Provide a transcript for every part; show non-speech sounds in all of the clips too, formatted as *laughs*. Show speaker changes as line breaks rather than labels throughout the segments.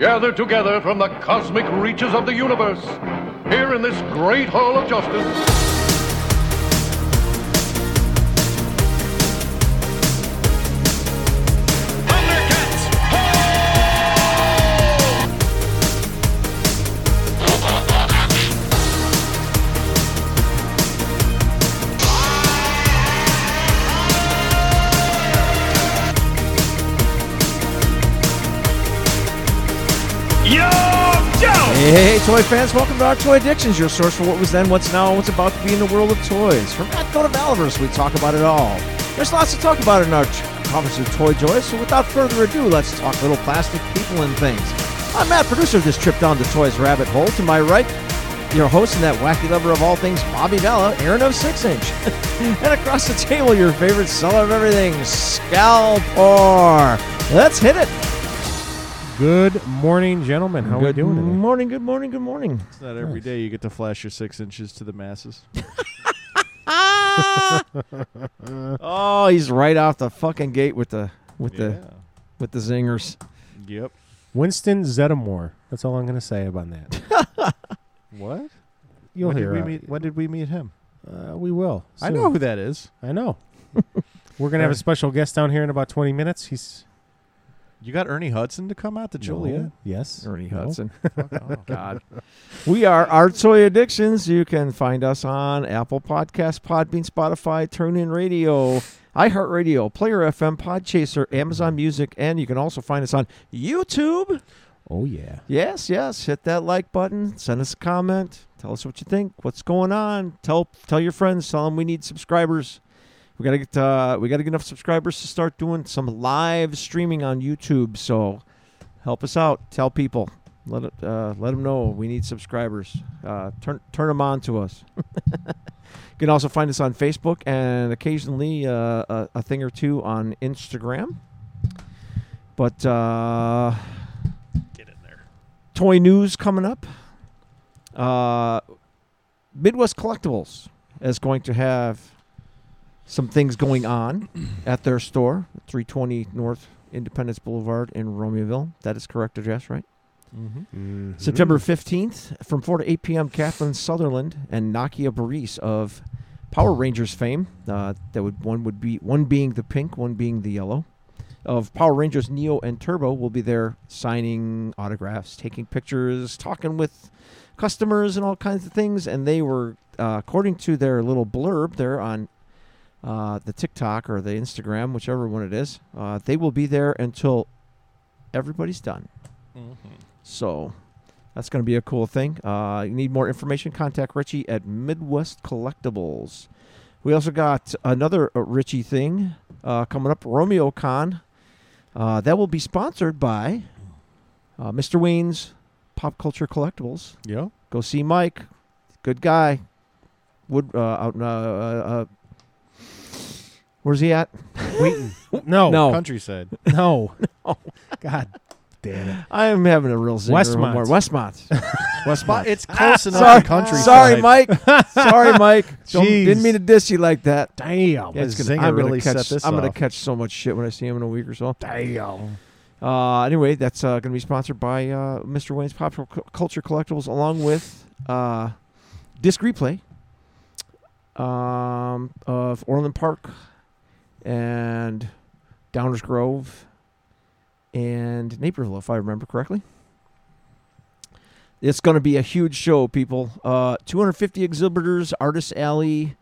Gathered together from the cosmic reaches of the universe, here in this great hall of justice.
Hey, hey, toy fans, welcome to Our Toy Addictions, your source for what was then, what's now, and what's about to be in the world of toys. From Atco to Valverse, we talk about it all. There's lots to talk about in our t- conference of toy joy, so without further ado, let's talk little plastic people and things. I'm Matt, producer of this trip down the toys rabbit hole. To my right, your host and that wacky lover of all things, Bobby Vella, Aaron of Six Inch. *laughs* and across the table, your favorite seller of everything, Scalpor. Let's hit it.
Good morning, gentlemen. How are we doing
Good
today?
morning, good morning, good morning.
It's not every day you get to flash your six inches to the masses.
*laughs* Oh, he's right off the fucking gate with the with
yeah.
the with the zingers.
Yep.
Winston Zeddemore. That's all I'm going to say about that.
What?
You'll
when
hear.
Did
uh,
we meet, when did we meet him?
uh, we will.
I
soon.
know who that is.
I know. *laughs* We're going to have a
Alright.
special guest down here in about 20 minutes. He's
You got Ernie Hudson to come out to Joliet?
No. Yes.
Ernie *laughs*
No.
Hudson.
Fuck off.
God. we are our toy addictions. You can find us on Apple Podcasts, Podbean, Spotify, TuneIn Radio, iHeartRadio, Player FM, Podchaser, Amazon Music, and you can also find us on YouTube.
Oh, yeah.
Yes, yes. Hit that like button. Send us a comment. Tell us what you think. What's going on? Tell tell your friends. Tell them we need subscribers. We gotta get uh, we gotta get enough subscribers to start doing some live streaming on YouTube. So help us out. Tell people. Let it, uh, let them know we need subscribers. Uh, turn turn them on to us. you can also find us on Facebook and occasionally uh, a, a thing or two on Instagram. But uh, toy news coming up. Uh, Midwest Collectibles is going to have some things going on at their store, 320 North Independence Boulevard in Romeoville. That is correct address, right?
Mhm.
Mm-hmm. *laughs* September 15th, from 4 to 8 p.m., Kathleen Sutherland and Nakia Baris of Power Rangers fame. Uh, that would one would be one being the pink, one being the yellow. Of Power Rangers Neo and Turbo will be there signing autographs, taking pictures, talking with customers, and all kinds of things. And they were, uh, according to their little blurb there on uh, the TikTok or the Instagram, whichever one it is, uh, they will be there until everybody's done. So that's going to be a cool thing. Uh, you need more information? Contact Richie at Midwest Collectibles. We also got another uh, Richie thing uh, coming up, Romeo Con. Uh, that will be sponsored by uh, Mr. Wayne's Pop Culture Collectibles.
Yeah.
Go see Mike, good guy. Wood uh, out in uh, uh, uh, where's he at?
Waiting. No.
No.
Countryside.
No. God damn it.
I am having a real zinger.
Westmont.
More. *laughs* Westmont.
But
Westmont.
it's close enough
Sorry.
to countryside.
Sorry, Mike.
*laughs*
Sorry, Mike. Don't,
Jeez.
didn't mean to diss you like that.
Damn.
Yeah, it's
the
gonna-
zinger
I'm gonna
really
catch,
set this
I'm gonna
off.
catch so much shit when I see him in a week or so.
Damn.
Uh, anyway, that's uh, gonna be sponsored by uh, Mr. Wayne's Pop Cul- Culture Collectibles, along with uh, Disc Replay um, of Orland Park and Downers Grove and Naperville, if I remember correctly. It's going to be a huge show, people. Uh, 250 exhibitors, Artist Alley,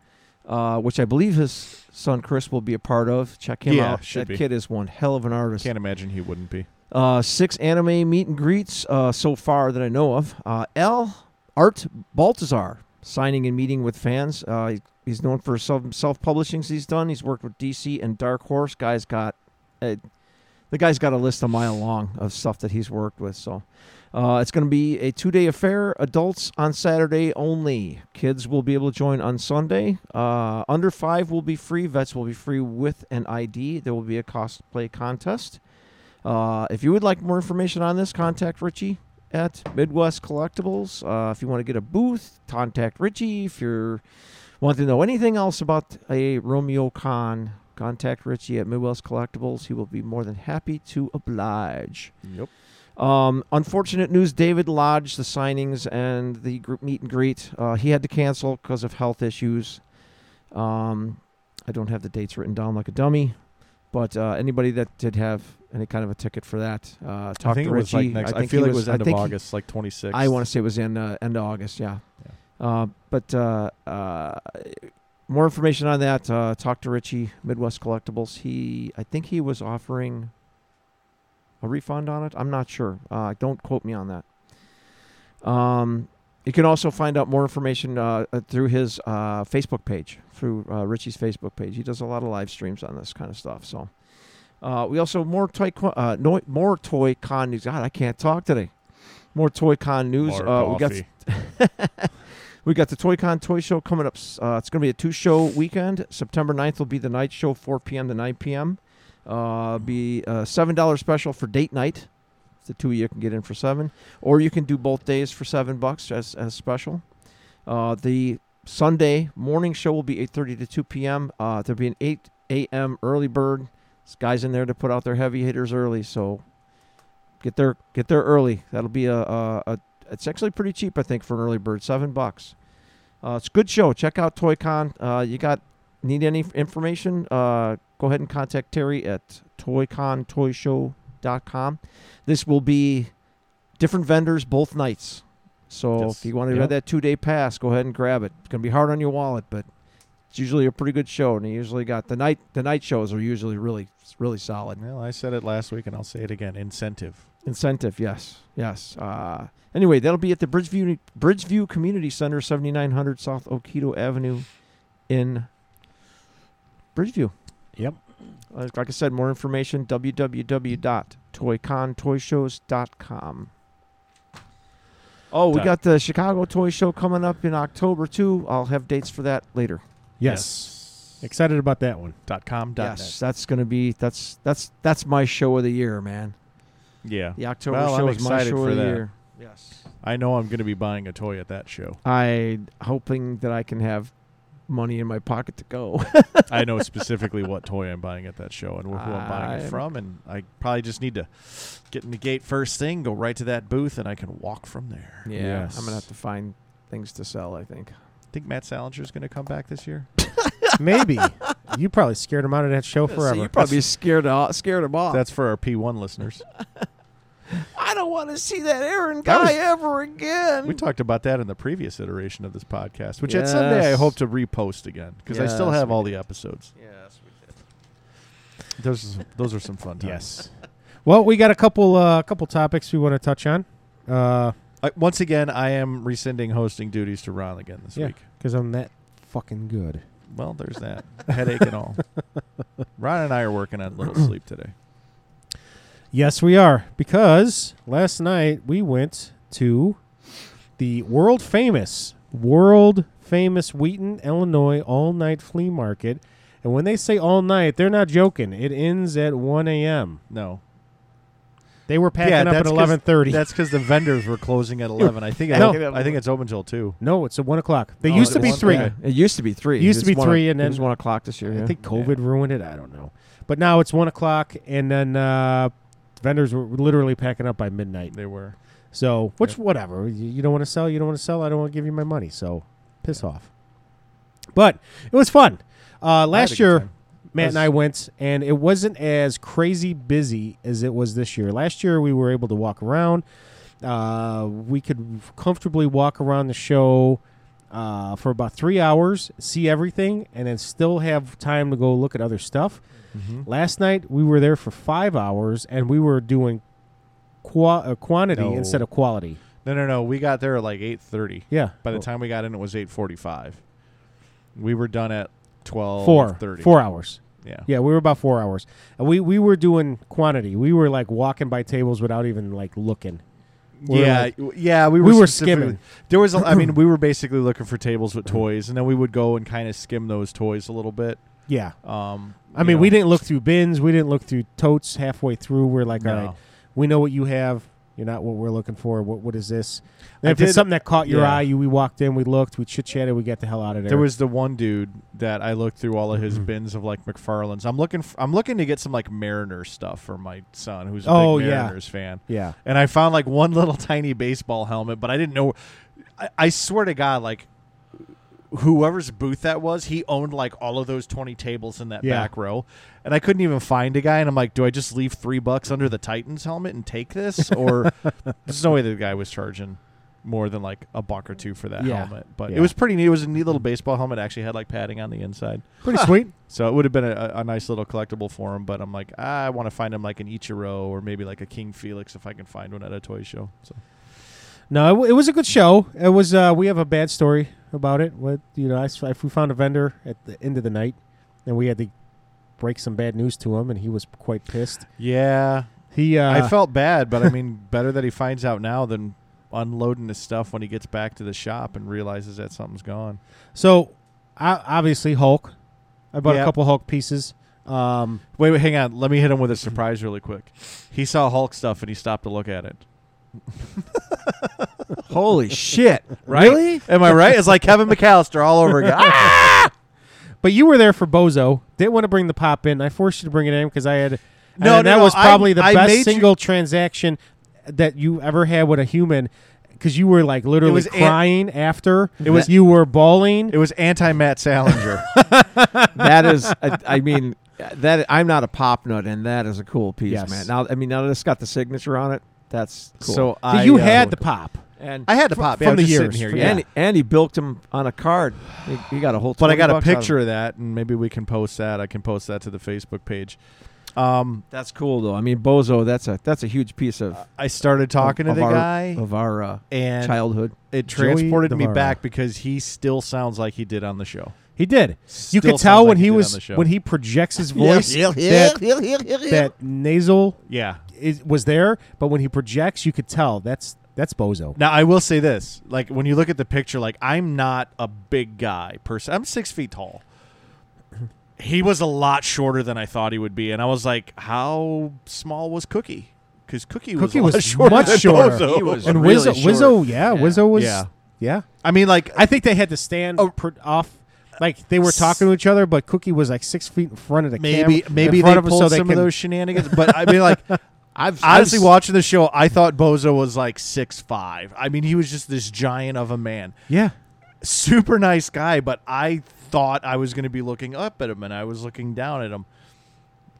uh, which I believe his son Chris will be a part of. Check him
Yeah,
out.
should
that
be.
kid is one hell of an artist.
Can't imagine he wouldn't be.
Uh, six anime meet and greets uh, so far that I know of. Uh, L. Art Baltazar signing and meeting with fans. Uh, he- he's known for some self-publishings he's done. He's worked with DC and Dark Horse. Guy's got uh, the guy's got a list a mile long of stuff that he's worked with. So uh, it's going to be a two-day affair. Adults on Saturday only. Kids will be able to join on Sunday. Uh, under five will be free. Vets will be free with an ID. There will be a cosplay contest. Uh, if you would like more information on this, contact Richie at Midwest Collectibles. Uh, if you want to get a booth, contact Richie. If you want to know anything else about a Romeo Con, contact Richie at Midwest Collectibles. He will be more than happy to oblige.
Yep.
Um, unfortunate news: David Lodge, the signings and the group meet and greet, uh, he had to cancel because of health issues. Um, I don't have the dates written down like a dummy, but uh, anybody that did have any kind of a ticket for that, uh, talk
I think
to
it was
Richie.
like next. I,
think
feel
he
like it was
I
end of
think he-
August, like 26.
I want to say it was in uh, end of August. Yeah. Uh, but uh, uh, more information on that. Uh, talk to Richie Midwest Collectibles. He, I think he was offering a refund on it. I'm not sure. Uh, don't quote me on that. Um, you can also find out more information uh, uh, through his uh, Facebook page, through uh, Richie's Facebook page. He does a lot of live streams on this kind of stuff. So uh, we also more toy uh, no, more toy con news. God, I can't talk today. More toy con news.
More
uh, we got
coffee.
we got the Toy Con Toy Show coming up. s- Uh, it's going to be a two show weekend. September 9th will be the night show, 4 p.m. to 9 p.m. Uh, be a $7 special for date night. The two of you can get in for 7 Or you can do both days for 7 bucks as, as special. Uh, the Sunday morning show will be 8.30 to 2 p.m. Uh, there'll be an 8 a.m. early bird. There's guys in there to put out their heavy hitters early, so get there get there early. That'll be a, a, a it's actually pretty cheap, I think, for an early bird, seven bucks. Uh, it's a good show. Check out ToyCon. Uh, you got need any information? Uh, go ahead and contact Terry at ToyConToyShow.com. This will be different vendors both nights. So
Yes.
if you want to
Yeah.
have that two day pass, go ahead and grab it. It's gonna be hard on your wallet, but it's usually a pretty good show, and you usually got the night. The night shows are usually really really solid.
Well, I said it last week, and I'll say it again. Incentive.
Incentive, yes, yes. Uh, anyway, that'll be at the Bridgeview Bridgeview Community Center, seventy nine hundred South Okito Avenue, in Bridgeview.
Yep.
Like like I said, more information www.toycontoyshows.com. Oh, we
Dot.
got the Chicago Toy Show coming up in October too. I'll have dates for that later.
Yes. Excited about that one.
Dot com. Dot
yes, that's gonna be that's that's that's my show of the year, man.
net. Yeah.
The October
Well, I'm
show is my
excited
show
for
of the
that.
year. Yes.
I know I'm going to be buying a toy at that show.
*laughs* I hoping that I can have money in my pocket to go. *laughs*
I know specifically what toy I'm buying at that show and who I'm buying it
I'm-
from, and I probably just need to get in the gate first thing, go right to that booth, and I can walk from there.
Yes.
I'm gonna have to find things to sell. I think.
Think Matt Salinger's going to come back this year?
*laughs* Maybe. You probably scared him out of that show forever.
you probably scared off, scared him off.
That's for our P1 listeners.
I don't want to see that Aaron
That
guy
was-
ever again.
We talked about that in the previous iteration of this podcast, which at
Yes.
Sunday I hope to repost again because I still
Yes,
have
we
all the episodes.
yes, we did.
Those are some, those are some fun times.
Yes. well, we got a couple uh, couple topics we want to touch on. Uh,
I, once again, I am rescinding hosting duties to Ron again this
Yeah.
week.
because I'm that fucking good.
Well, there's that headache and
*laughs*
all. Ron and I are working on
*clears throat*
little sleep today.
Yes, we are. Because last night we went to the world famous, world famous Wheaton, Illinois all night flea market. And when they say all night, they're not joking. It ends at 1 a.m.
No,
They were packing up at
'cause-
11:30.
That's because the vendors were closing
*laughs*
at eleven. I think.
No.
I think it's open till two.
no, it's at one o'clock. They
Oh,
used
is
to
it
be
one?
three.
Yeah.
It used to be three.
Used to
It's
be
one o-
three and
it was
then-
one o'clock this year.
I
yeah.
think COVID ruined it. I don't know. But now it's one o'clock, and then uh, vendors were literally packing up by midnight.
They were.
So, which, whatever. You, you don't want to sell. You don't want to sell. I don't want to give you my money. So, piss off. But it was fun. Uh,
a
last
good
year,
time.
Matt and
I
I
was-
went, and it wasn't as crazy busy as it was this year. Last year, we were able to walk around. Uh, we could comfortably walk around the show uh, for about three hours, see everything, and then still have time to go look at other stuff.
Mm-hmm.
Last night, we were there for five hours, and we were doing qua- uh, quantity
No.
instead of quality.
No, no, no. We got there at like eight thirty.
Yeah.
By the
Well,
time we got in, it was eight forty-five. We were done at twelve
four,
thirty.
four hours.
Yeah.
Yeah, we were about four hours, and we we were doing quantity. We were like walking by tables without even like looking. We were
yeah,
like-
w- yeah, we were,
we were
specifically-
skimming.
There was, a, I
*clears throat*
mean, we were basically looking for tables with toys, and then we would go and kind of skim those toys a little bit.
yeah.
Um,
I
you
mean,
know,
we didn't look through bins. We didn't look through totes halfway through. We're like, all
No.
right, we know what you have. You're not what we're looking for. What what is this? And if
did-
it's something that caught your
yeah.
eye, you we walked in, we looked, we chit chatted, we got the hell out of there.
There was the one dude that I looked through all of
*clears throat*
his bins of like McFarlane's. I'm looking. f I'm looking to get some like Mariners stuff for my son, who's a
Oh,
big
yeah.
Mariners fan. *laughs*
yeah.
And I found like one little tiny baseball helmet, but I didn't know. I, I swear to God, like whoever's booth that was, he owned like all of those twenty tables in that
Yeah.
back row, and I couldn't even find a guy. And I'm like, do I just leave three bucks under the Titans helmet and take
*laughs*
this, or there's no way the guy was charging. More than like a buck or two for that
Yeah.
helmet, but
Yeah.
it was pretty neat. It was a neat little baseball helmet. It actually had like padding on the inside,
Pretty sweet.
so it would have been a, a nice little collectible for him, but I'm like, ah, I want to find him like an Ichiro or maybe like a King Felix if I can find one at a toy show. So
No, it, w- it was a good show. It was. Uh, we have a bad story about it. What you know, I, s- I- we found a vendor at the end of the night, and we had to break some bad news to him, and he was quite pissed.
yeah,
He, uh,
I felt bad, but I *laughs* mean, better that he finds out now than unloading his stuff when he gets back to the shop and realizes that something's gone.
so I, obviously Hulk. I bought
Yeah.
a couple Hulk pieces. Um,
Wait, wait, hang on. Let me hit him with a surprise really quick. He saw Hulk stuff and he stopped to look at it.
*laughs* Holy shit!
*laughs* Right?
Really?
Am I right? It's like Kevin *laughs* McAllister all over again. *laughs* Ah!
but you were there for Bozo. Didn't want to bring the pop in. I forced you to bring it in because I had.
No,
and
no,
that
no,
was
I-
probably the
I made you-
best single transaction that you ever had with a human. Because you were like literally
was an-
crying after. It
was-
you were bawling.
It was anti Matt Salinger.
that is, I, I mean, that I'm not a pop nut, and that is a cool piece,
Yes.
man. Now, I mean, now that it's got the signature on it, that's cool.
So
So
I,
you
uh,
had the pop.
and
I had the pop yeah, I was
from the
just
years,
sitting here.
from-
yeah.
and, and he built him on a card. He, he got a whole.
but I
20
got a
bucks out of
picture
it.
of that, and maybe we can post that. I can post that to the Facebook page. Um,
That's cool though. I mean, Bozo, that's a that's a huge piece of
I started talking
of
to the
our,
guy,
of our uh,
and
childhood.
it
Joey
transported me
Navarro.
back because he still sounds like he did on the show.
He did.
Still
you could
sounds
tell
like
when
he
he,
did on the
was
show.
when he
*laughs*
projects his voice that,
that,
that nasal
Yeah.
is, was there, but when he projects, you could tell that's that's Bozo.
Now I will say this: like when you look at the picture, like I'm not a big guy person. I'm six feet tall. *clears throat* He was a lot shorter than I thought he would be, and I was like, "How small was Cookie?" Because Cookie,
Cookie
was, a lot *laughs*
was
shorter
much
than
shorter.
Bozo.
He was-
and
really
Wizzo,
short.
Wizzo, yeah,
Yeah.
Wizzo was,
Yeah. Oh.
yeah.
I mean, like
I think they had to stand per, off, like they were talking to each other, but Cookie was like six feet in front of the
maybe
cam,
maybe
in front
they
of him
pulled
so they
some
can,
of those shenanigans. But I mean,
*laughs*
like
I've
honestly,
I've,
watching the show, I thought Bozo was like six five. I mean, he was just this giant of a man,
Yeah,
super nice guy. But I thought I was going to be looking up at him, and I was looking down at him.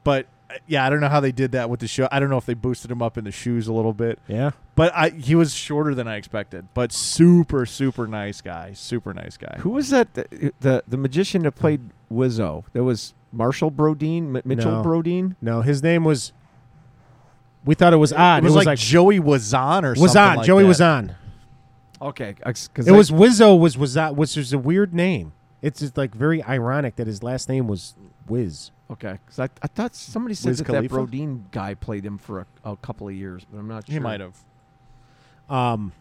But uh, yeah, I don't know how they did that with the show. I don't know if they boosted him up in the shoes a little bit.
yeah.
But I, he was shorter than I expected. But super, super nice guy. Super nice guy.
Who was that? The, the the magician that played Wizzo. That was Marshall Brodeen, M- Mitchell
No.
Brodeen.
No, his name was. We thought it was odd.
It was, like, Joey Wazan or
was
something
on.
like
Joey
that.
was on.
Okay, because
It was Wizzo was was that which is a weird name. It's just like very ironic that his last name was Wiz.
okay. 'cause I, I thought somebody said
Wiz
that, that
Khalifa?
Brodeen guy played him for a, a couple of years, but I'm not sure.
He might have.
Um,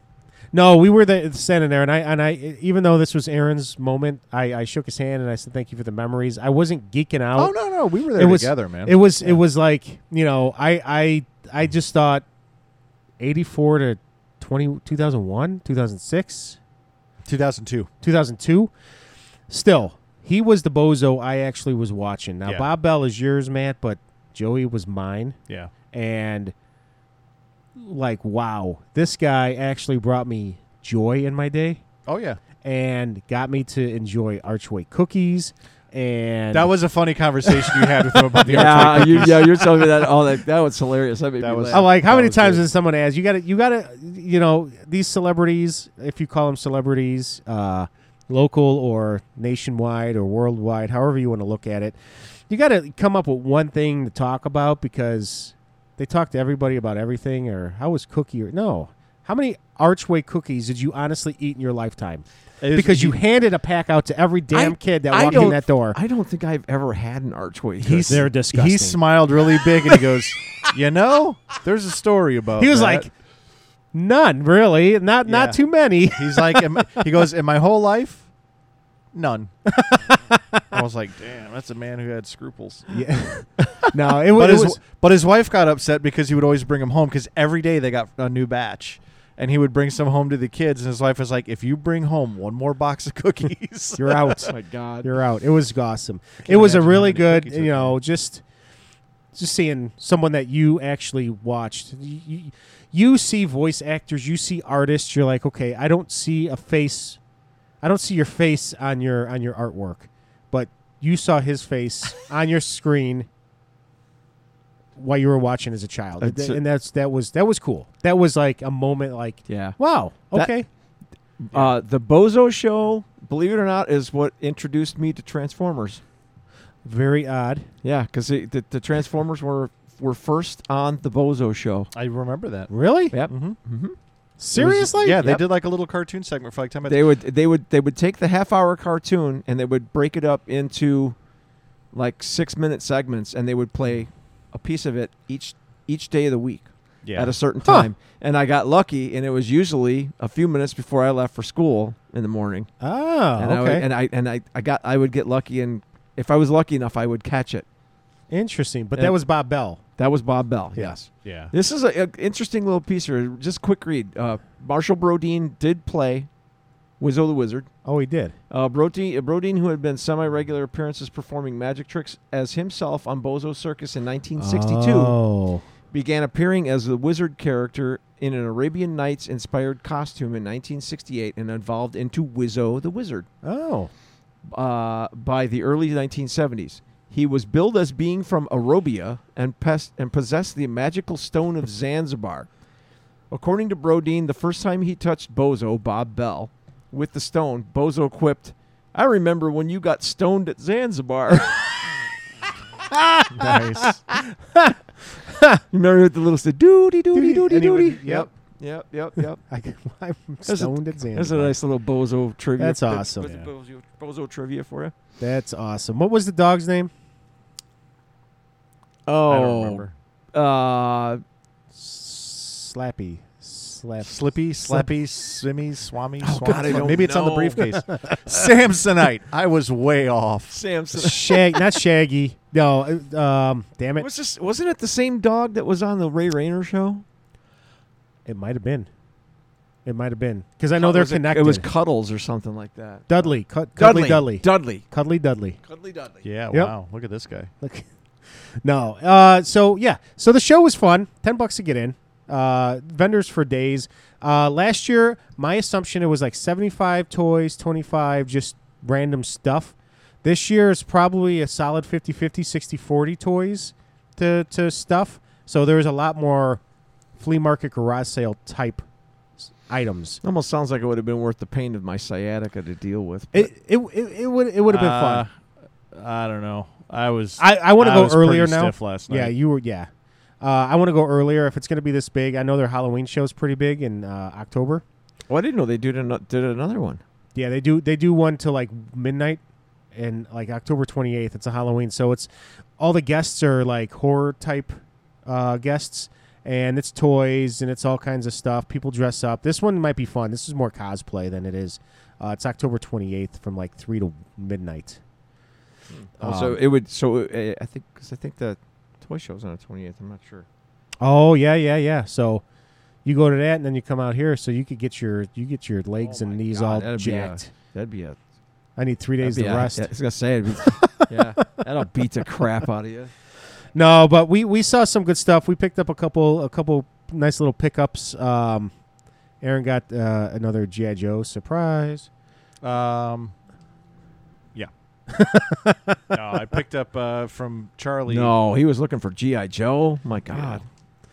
no, we were there standing there, and I and I even though this was Aaron's moment, I, I shook his hand and I said thank you for the memories. I wasn't geeking out.
Oh no, no, we were there
it was
together, man.
It was it was like you know I I I just thought eighty four to 20, 2001, 2006.
2002.
2002. Still, he was the bozo I actually was watching. Now,
Yeah.
Bob Bell is yours, Matt, but Joey was mine.
Yeah.
And, like, wow, this guy actually brought me joy in my day
Oh yeah.
and got me to enjoy Archway cookies. And
That was a funny conversation you had with him
*laughs*
about the
Yeah,
Archway
you, yeah, you're telling me that. Oh, that that was hilarious. That, made
That
me
was-
laugh.
I'm like, how
That
many
was
times
good.
has someone asked? You got to, you got to, you know, these celebrities, if you call them celebrities, uh, local or nationwide or worldwide, however you want to look at it, you got to come up with one thing to talk about because they talk to everybody about everything. Or how was cookie? Or no, how many archway cookies did you honestly eat in your lifetime?
It was-
because you handed a pack out to every damn
I-
kid that
I
walked
don't-
in that door.
I don't think I've ever had an archway.
He's-
They're disgusting.
He smiled really big and he goes, *laughs* "You know, there's a story about."
he was
that."
like, none really, not
Yeah.
not too many. *laughs*
"He's like," "Am- he goes, "In my whole life, none." *laughs* I was like, damn, that's a man who had scruples.
Yeah. no, it, wa-
But
it
his,
was.
but his wife got upset because he would always bring them home because every day they got a new batch. And he would bring some home to the kids, and his wife was like, "If you bring home one more box of cookies,
*laughs* You're out.
Oh
my God.
You're out. It was awesome. It was a
imagine how
really
many
good,
cookies are
you know, just just seeing someone that you actually watched. You, you- you see voice actors, you see artists. You're like, okay, I don't see a face. I don't see your face on your on your artwork, but you saw
*laughs*
his face on your screen while you were watching as a child, and,
That's
tha-
it.
and that's that was that was cool. That was like a moment, like
Yeah.
wow,
That-
okay,
Uh, the Bozo Show, believe it or not, is what introduced me to Transformers.
very odd.
Yeah, because the, the Transformers were were first on the Bozo Show.
*laughs* I remember that."
Really?
Yep.
Mm-hmm.
Seriously?
yeah, they
Yep.
did like a little cartoon segment for like ten minutes.
They would they would they would take the half hour cartoon and they would break it up into like six minute segments and they would play a piece of it each each day of the week
Yeah.
at a certain
Huh.
time. And I got lucky and it was usually a few minutes before I left for school in the morning.
Oh,
And I would,
okay.
and I and I, I got I would get lucky and if I was lucky enough I would catch it.
Interesting, but
And-
that was Bob Bell.
That was Bob Bell.
Yeah.
Yes.
yeah.
This is an interesting little piece here. Just quick read. Uh, Marshall Brodeen did play Wizzo the Wizard.
Oh, he did.
Uh, Brodeen, uh, Brodeen, who had been semi-regular appearances performing magic tricks as himself on Bozo Circus in 1962,
*laughs* Oh,
began appearing as the wizard character in an Arabian Nights-inspired costume in 1968 and evolved into Wizzo the Wizard
oh,
uh, by the early 1970s. He was billed as being from Arabia and, pes- and possessed the magical stone of Zanzibar. According to Brodeen, the first time he touched Bozo, Bob Bell, with the stone, Bozo quipped, I remember when you got stoned at *laughs* Zanzibar. you
nice.
remember with the little said, doody, doody,
Doody,
doody,
and he would-
doody.
yep.
Yep, yep, yep.
I, *laughs* am
That's a-
stoned at
That's a nice little Bozo *laughs* trivia.
That's
bit-
awesome.
bit-
Yeah.
Bozo, Bozo trivia for you.
That's awesome. What was the dog's name?
Oh,
I don't remember.
Uh,
Slappy. Slap.
Slippy, Slappy, Swimmy, Swami, oh,
God, I don't
Maybe it's on the
know. *laughs*
briefcase. Samsonite. I was way
*laughs*
off.
Samson.
Shag. Not Shaggy. No. uh, Um. Damn it.
Was this wasn't it the same dog that was on the Ray Rayner show?
It might have been. It might have been because I know they're
Was it-
connected.
It was Cuddles or something like that.
Dudley. Cut Cuddly Dudley.
Dudley.
Cuddly Dudley.
Cuddly Dudley.
Yeah.
Yep.
Wow. Look at this guy.
Look. No. Uh, so yeah. So the show was fun. Ten bucks to get in. Uh, vendors for days. Uh, last year, my assumption it was like seventy-five toys, twenty-five just random stuff. This year is probably a solid 50 50 60 40 toys to, to stuff. So there's a lot more flea market garage sale type s- items.
Almost sounds like it would have been worth the pain of my sciatica to deal with. but-
It it, it, it would it would have been fun.
fun. I don't know. Uh, I was.
I, I want to go
was pretty
earlier now.
Stiff last night.
Yeah, you were. Yeah, uh, I want to go earlier if it's going to be this big. I know their Halloween show's pretty big in uh, October.
oh, I didn't know they did, ano- did another one.
Yeah, they do. They do one till like midnight, and like October twenty eighth. It's a Halloween, so it's all the guests are like horror type uh, guests, and it's toys and it's all kinds of stuff. People dress up. This one might be fun. This is more cosplay than it is. Uh, it's October twenty eighth from like three to midnight.
so it would. So uh, I think because I think the toy show's on the twenty eighth. I'm not sure.
Oh yeah, yeah, yeah. So you go to that, and then you come out here, so you could get your you get your legs
Oh
and
my
knees
God,
all
that'd be a-
jacked.
That'd be a.
I need three days
that'd
to
be a-
rest.
yeah, I was gonna say. It'd be, *laughs* yeah, that'll beat the crap out of you.
No, but we we saw some good stuff. We picked up a couple a couple nice little pickups. Um, Aaron got uh, another GI Joe surprise.
Um, yeah. *laughs* no, I picked up uh, from
*laughs*
Charlie.
No, he was looking for GI Joe. My God.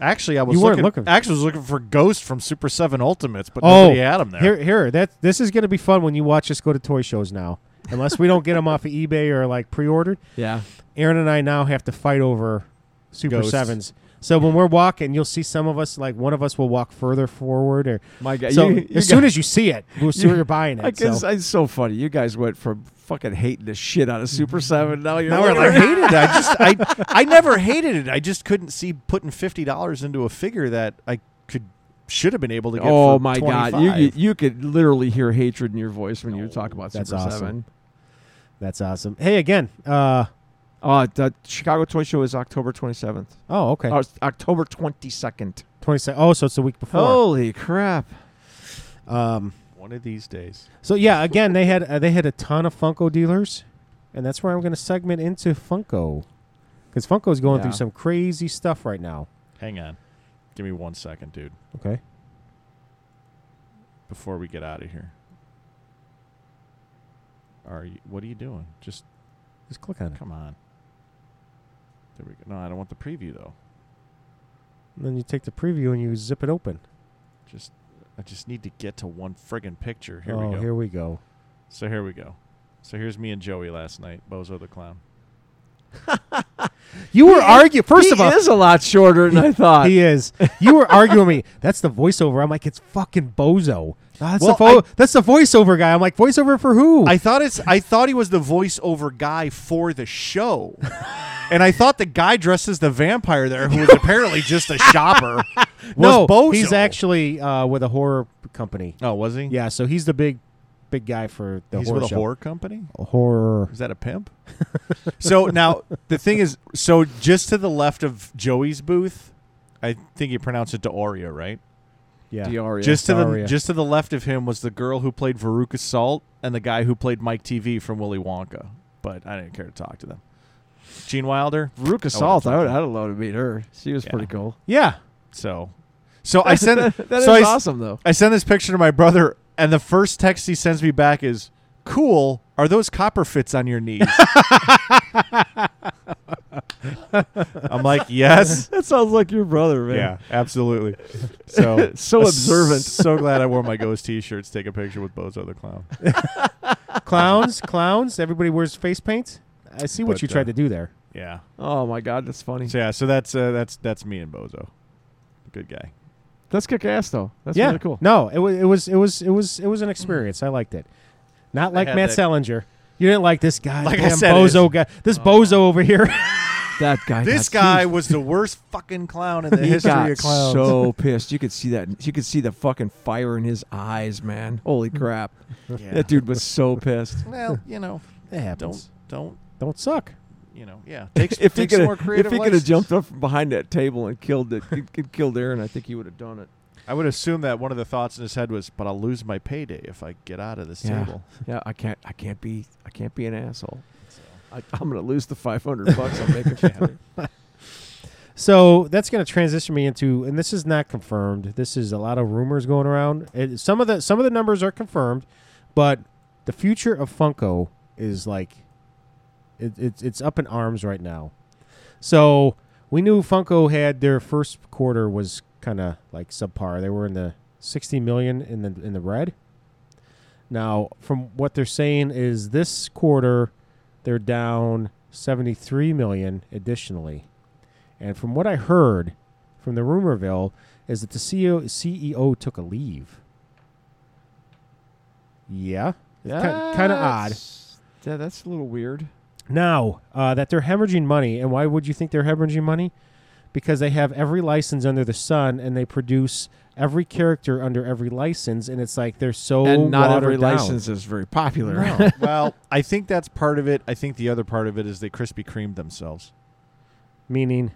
Actually, I was
You weren't
looking,
looking.
Actually, was looking for Ghost from Super Seven Ultimates, but
Oh,
nobody had him there.
Here, here. That this is gonna be fun when you watch us go to toy shows now. Unless we don't get them off of eBay or like pre-ordered,
Yeah.
Aaron and I now have to fight over Super
Ghosts.
Sevens. So when we're walking, you'll see some of us like one of us will walk further forward, or
My God.
so
you- you
as
got-
soon
*laughs*
as you see it, we'll see
You-
where you're buying
*laughs* I
it.
guess
so.
it's so funny. You guys went from fucking hating the shit out of
*laughs*
Super Seven. Now you're
Now we're like
looking- *laughs*
hated. it. I just I I never hated it. I just couldn't see putting fifty dollars into a figure that I could should have been able to get.
oh
for
my god,
25.
you, you you could literally hear hatred in your voice when you talk about
That's
Super
awesome.
Seven.
That's awesome. Hey, again. Uh,
Uh, the Chicago Toy Show is October 27th.
oh, okay.
Oh, it's October 22nd.
Twenty second. Oh, so it's the week before.
Holy crap. Oh.
Um,
One of these days.
so yeah, again, they had uh, they had a ton of Funko dealers, and that's where I'm going to segment into Funko, because Funko's going
Yeah.
through some crazy stuff right now.
Hang on. Give me one second, dude,
Okay.
before we get out of here. Are you what are you doing? Just
Just click on it,
come on. There we go. No, I don't want the preview though.
and then you take the preview and you zip it open.
Just I just need to get to one friggin' picture. Here
oh,
we go.
here we go.
So here we go. So here's me and Joey last night, Bozo the Clown.
You were arguing. First
he
of all,
is a lot shorter than I thought.
He is.
*laughs*
You were arguing with me. That's the voiceover. I'm like, it's fucking bozo. "No, That's,
Well,
the vo- that's the voiceover guy. I'm like, voiceover for who?
I thought it's I thought he was the voiceover guy for the show. and I thought the guy dressed as the vampire there, who was apparently just a
*laughs*
shopper, was
no,
Bozo.
he's actually uh, with a horror company.
Oh, was he?
Yeah, so he's the big, big guy for the
He's
horror
with a
show.
horror company?
Horror.
Is that a pimp? *laughs* so now the thing is so just to the left of Joey's booth, I think you pronounce it Deoria, right?
Yeah.
Diaria.
just to
Deoria.
the just to the left of him was the girl who played Veruca Salt and the guy who played Mike TV from Willy Wonka. But I didn't care to talk to them. Gene Wilder.
Veruca Salt. I would, I'd love to meet her. She was
Yeah.
pretty cool.
Yeah.
So, so
*laughs*
I sent
that that
so
is
I, s-
awesome though.
I send this picture to my brother, and the first text he sends me back is, "Cool. Are those copper fits on your
*laughs*
knees?" I'm like, yes.
That sounds like your brother, *laughs* man.
Yeah, absolutely.
*laughs*
So uh,
So observant.
So glad I wore my ghost T-shirt to take a picture with Bozo the clown.
Clowns, *laughs* clowns. Everybody wears face paint. I see what
But,
you
uh,
tried to do there.
Yeah.
Oh my god, that's funny.
So yeah. So that's uh, that's that's me and Bozo. Good guy.
That's kick ass though. That's
yeah.
really cool.
No, it was, it was, it was, it was, it was an experience. I liked it. Not like
had
Matt
that-
Salinger. You didn't like this guy,
Like I said, Oh, it
bozo guy. This bozo over here. *laughs*
That guy.
This
got
guy
huge.
was the worst fucking clown in
*laughs*
the
He
history
got
of clowns.
so pissed. You could see that. You could see the fucking fire in his eyes, man. Holy crap!
Yeah.
That dude was so pissed.
Well, you know,
It
don't
happens.
don't
Don't don't suck.
you know,
*laughs*
yeah. Take, s-
If he
take
could
some
have,
more creative
if he could have
license.
jumped up from behind that table and killed it, he could killed Aaron. I think he would have done it.
I would assume that one of the thoughts in his head was, "But I'll lose my payday if I get out of this
Yeah.
*laughs*
table."
Yeah, I can't. I can't be. I can't be an asshole. I, I'm gonna lose the 500 bucks I'm *laughs* making from it.
So that's going to transition me into, and this is not confirmed. This is a lot of rumors going around. It, some of the some of the numbers are confirmed, but the future of Funko is like, it, it's it's up in arms right now. So we knew Funko had their first quarter was kind of like subpar. They were in the sixty million in the in the red. Now, from what they're saying is this quarter, they're down seventy three million additionally. And from what I heard from the rumorville is that the E CEO, CEO took a leave. Yeah, it's kind of odd.
That's- Yeah, that's a little weird.
Now uh, that they're hemorrhaging money, and why would you think they're hemorrhaging money? Because they have every license under the sun, and they produce every character under every license, and it's like they're so
and not every
watered down.
license is very popular. *laughs*
No.
Um, well, I think that's part of it. I think the other part of it is they Krispy Kreme themselms.
Meaning,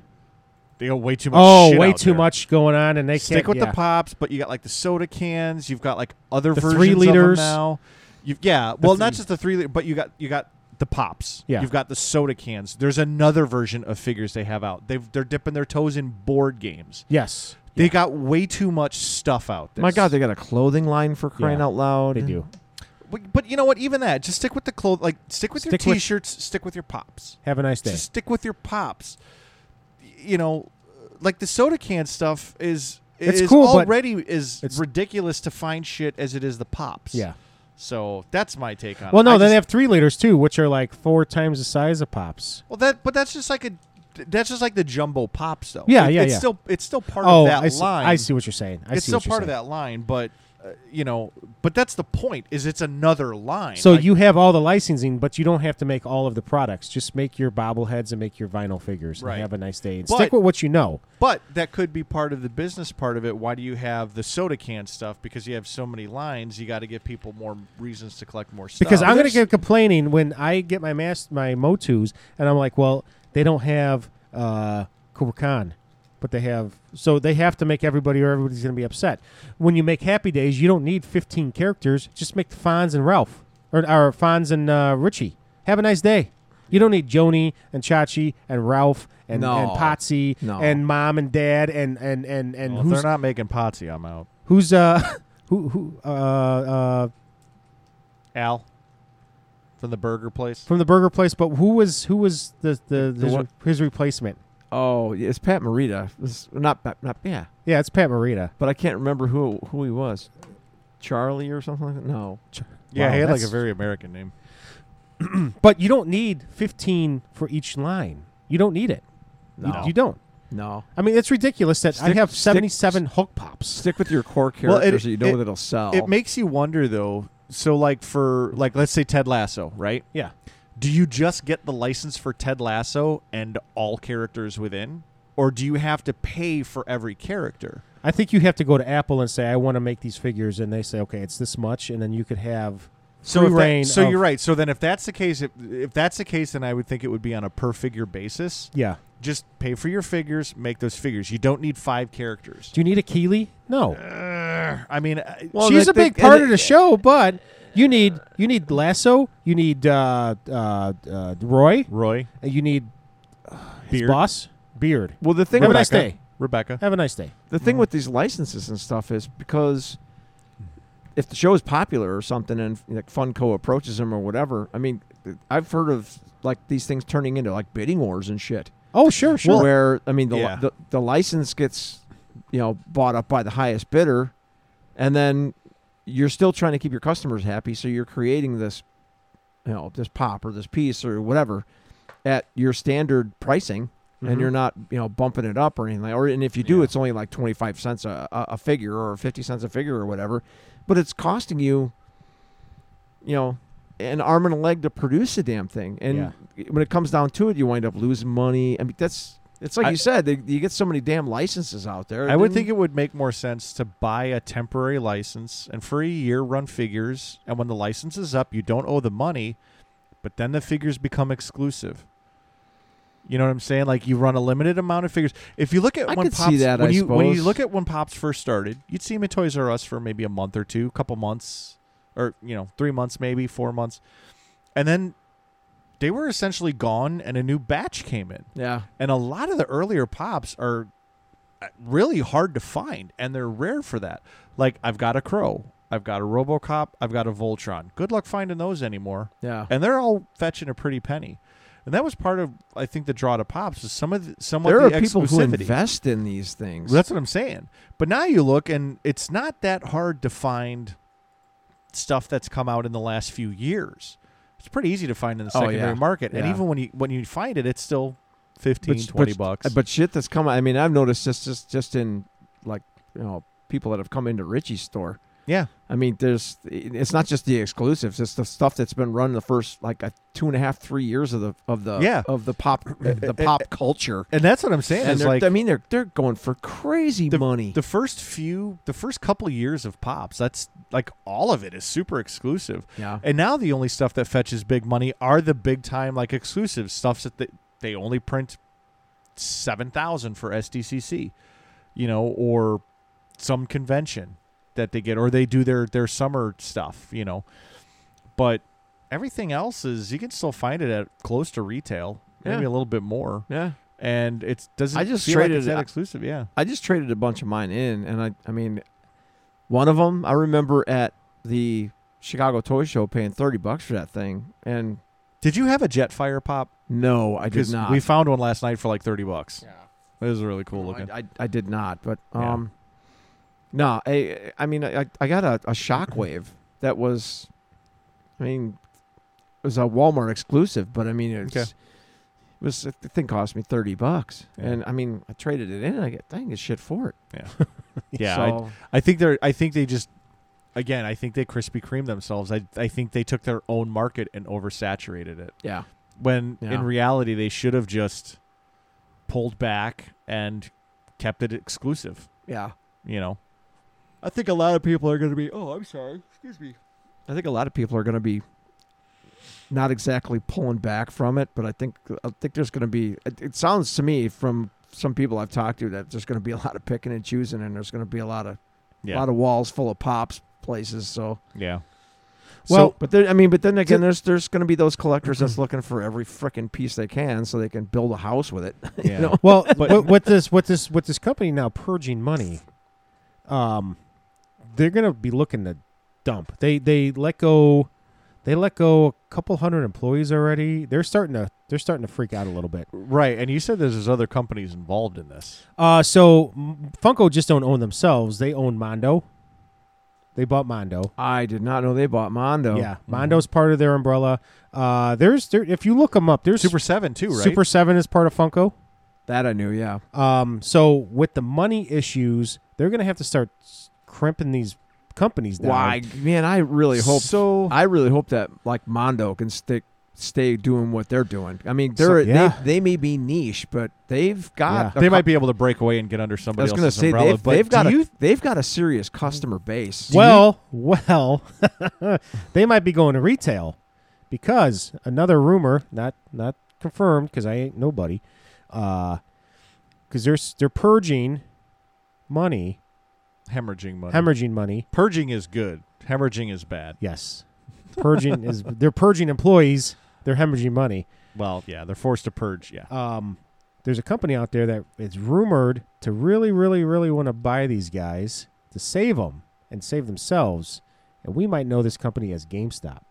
They got way too much.
oh,
shit
way
out
too
there.
much going on, and they
Stick
can't,
with
yeah.
the pops, but you got like the soda cans. You've got like other
The
versions
three liters.
of them now. You, yeah, well, not
three-
just the three, liter, but you got you got the pops.
Yeah.
you've got the soda cans. There's another version of figures they have out. They've they're dipping their toes in board games.
Yes,
They got way too much stuff out there.
My God, they got a clothing line for crying
Yeah,
out loud.
they do
Mm. But, but you know what? Even that, just stick with the clothes. Like stick with
Stick
your
with-
t-shirts. stick with your pops.
have a nice day.
Just stick with your pops. Y- You know, like the soda can stuff is
It's
is
cool, but
already is
it's-
ridiculous to find shit as it is the pops.
yeah.
So that's my take on.
Well,
it.
no,
I
then they
just-
have three liters too, which are like four times the size of pops.
Well, that but that's just like a that's just like the jumbo pops though.
Yeah,
It-
yeah,
It's
yeah.
still it's still part
oh,
of that
I see,
line.
I see what you're saying. I
it's
see
still
what you're
part of
saying.
that line, but uh, you know, but that's the point. Is it's another line.
So
Like,
you have all the licensing, but you don't have to make all of the products. Just make your bobbleheads and make your vinyl figures.
Right.
And have a nice day and
But-
stick with what you know.
But that could be part of the business part of it. Why do you have the soda can stuff? Because you have so many lines, you got to give people more reasons to collect more stuff.
Because I'm going to
There's-
get complaining when I get my mas- my Motus, and I'm like, well, they don't have uh, Kubra Khan, but they have. So they have to make everybody, or everybody's going to be upset. When you make Happy Days, you don't need 15 characters. Just make Fonz and Ralph, or, or Fonz and uh, Richie. Have a nice day. You don't need Joni and Chachi and Ralph and,
No.
and Potsy
No.
and Mom and Dad and and and and
Well, if
who's
they're not making Potsy, I'm out.
who's uh *laughs* who who uh uh
Al from the burger place.
from the burger place, but who was who was the the,
The
his,
what?
his replacement?
Oh, yeah, it's Pat Morita. It's not Pat- not yeah,
Yeah, it's Pat Morita.
but I can't remember who who he was. Charlie or something like that. No,
Yeah,
Wow,
he had like a
that's-
very American name.
But you don't need fifteen for each line. You don't need it. You-
No.
You, don't.
no.
I mean, it's ridiculous that I
Stick-
have
stick-
seventy-seven hook pops.
Stick with your core characters
Well, it-
that you know
it-
that'll sell.
It makes you wonder though. So like for like let's say Ted Lasso, right?
Yeah,
Do you just get the license for Ted Lasso and all characters within? Or do you have to pay for every character?
I think you have to go to Apple and say, "I want to make these figures," and they say, "Okay, it's this much," and then you could have
So
free
if that-
reign
so
of-
you're right. So then if that's the case if, if that's the case then I would think it would be on a per figure basis.
Yeah.
Just pay for your figures, make those figures. You don't need 5 characters.
Do you need a Keeley? No.
I mean, uh, I-
Well,
She's
they-
a big
they-
part
and
of
they-
the show, but you need you need Lasso, you need uh, uh, uh, Roy,
Roy,
and you need uh, his
Beard.
boss Beard.
well, the thing
Have a
with
nice day.
Rebecca.
Have a nice day.
the thing with these licenses and stuff is because if the show is popular or something and like Funko approaches them or whatever, I mean, I've heard of like these things turning into like bidding wars and shit.
Oh sure, sure.
where I mean the, li-
yeah.
the the license gets you know bought up by the highest bidder, and then you're still trying to keep your customers happy, so you're creating this you know this pop or this piece or whatever at your standard pricing. And you're not, you know, bumping it up or anything. Or and if you do,
Mm-hmm. Yeah.
it's only like twenty five cents a, a a figure or fifty cents a figure or whatever. But it's costing you, you know, an arm and a leg to produce a damn thing. And when it comes down to it, you wind up losing money. I mean, that's it's like
I-
you said, they, you get so many damn licenses out there.
I would
then-
think it would make more sense to buy a temporary license and for a year run figures. And when the license is up, you don't owe the money, but then the figures become exclusive. You know what I'm saying? Like you run a limited amount of figures. If you look at
I
when
could see
pops,
that,
when
I
you when you
suppose.
look at when pops first started, you'd see him at Toys R Us for maybe a month or two, couple months, or you know three months maybe four months, and then they were essentially gone, and a new batch came in
yeah,
and a lot of the earlier pops are uh, really hard to find and they're rare for that like i've got a crow i've got a robocop i've got a voltron good luck finding those anymore
yeah.
and they're all fetching a pretty penny and that was part of i think the draw to pops is some of the, somewhat
there are
the
people who
exclusivity.
invest in these things.
That's what I'm saying. But now you look, and it's not that hard to find stuff that's come out in the last few years. It's pretty easy to find in the
Oh,
secondary
yeah.
market, and
Yeah.
even when you when you find it, it's still 15,
But-
20
but-
bucks.
But shit that's come. I mean, I've noticed this just just in like you know people that have come into Richie's store.
yeah,
I mean, there's it's not just the exclusives; it's the stuff that's been run the first like a two and a half, three years of the of the
Yeah.
of the
*laughs*
pop the pop culture.
and that's what I'm saying.
And
is
they're,
like
I mean, they're they're going for crazy
the,
money.
The first few, the first couple of years of pops, that's like all of it is super exclusive.
Yeah.
And now the only stuff that fetches big money are the big time like exclusive stuffs that they, they only print seven thousand for SDCC, you know, or some convention that they get, or they do their their summer stuff, you know. But everything else is you can still find it at close to retail, maybe
Yeah.
a little bit more.
yeah,
And it doesn't.
I just
feel like
traded
it's
it-
that exclusive, yeah.
I just traded a bunch of mine in, and I I mean, one of them I remember at the Chicago Toy Show paying thirty bucks for that thing, and
Did you have a Jetfire pop?
no, I did
Because
not.
we found one last night for like thirty bucks. Yeah, it was really cool
No, I-
looking.
I, I did not, but
Yeah.
um, no, I I mean I I got a, a shockwave that was, I mean, it was a Walmart exclusive, but I mean it's.
Okay.
It was the thing cost me thirty bucks,
Yeah.
and I mean I *laughs* traded it in. I get I didn't get shit for it.
yeah,
so,
I, I think they're. I think they just again, I think they Krispy Kreme themselves. I I think they took their own market and oversaturated it.
Yeah.
When
Yeah.
in reality they should have just pulled back and kept it exclusive.
Yeah.
You know. I think a lot of people are going to be oh I'm sorry excuse me
I think a lot of people are going to be not exactly pulling back from it, but I think I think there's going to be. It, it sounds to me from some people I've talked to that there's going to be a lot of picking and choosing, and there's going to be a lot of
yeah
a lot of walls full of pops places. So *laughs*
yeah
well,
Well-
but there, I mean, but then again, there's there's going to be those collectors that's looking for every freaking piece they can, so they can build a house with it.
yeah
know,
*laughs* Well, what, what this what this what this company now purging money, um, they're gonna be looking to dump. They they let go, they let go a couple hundred employees already. They're starting to they're starting to freak out a little bit.
right and you said there's, there's other companies involved in this
Uh, so m- Funko just don't own themselves. They own Mondo. They bought Mondo.
I did not know they bought Mondo.
Yeah, Mondo's part of their umbrella. Uh, there's there if you look them up, there's
Super Seven too right
Super Seven is part of Funko.
that I knew. Yeah,
Um, so with the money issues, they're going to have to start s- crimping these companies down.
why, man? I really hope
so
I really hope that like Mondo can stick stay doing what they're doing. I mean, they're
So- yeah.
they, they may be niche, but they've got
Yeah.
a
they
cou-
might be able to break away and get under
I
somebody
was gonna
else's
say
umbrella
they've,
but
they've got
do
a
you
they've got a serious customer base.
Well, *laughs* well, they might be going to retail because another rumor, not not confirmed because I ain't nobody, because they're s- they're purging money,
hemorrhaging money
hemorrhaging money.
purging is good hemorrhaging is bad
Yes, purging is they're purging employees. They're hemorrhaging money.
well yeah they're forced to purge yeah
um, there's a company out there that is rumored to really, really, really want to buy these guys to save them and save themselves. And we might know this company as GameStop.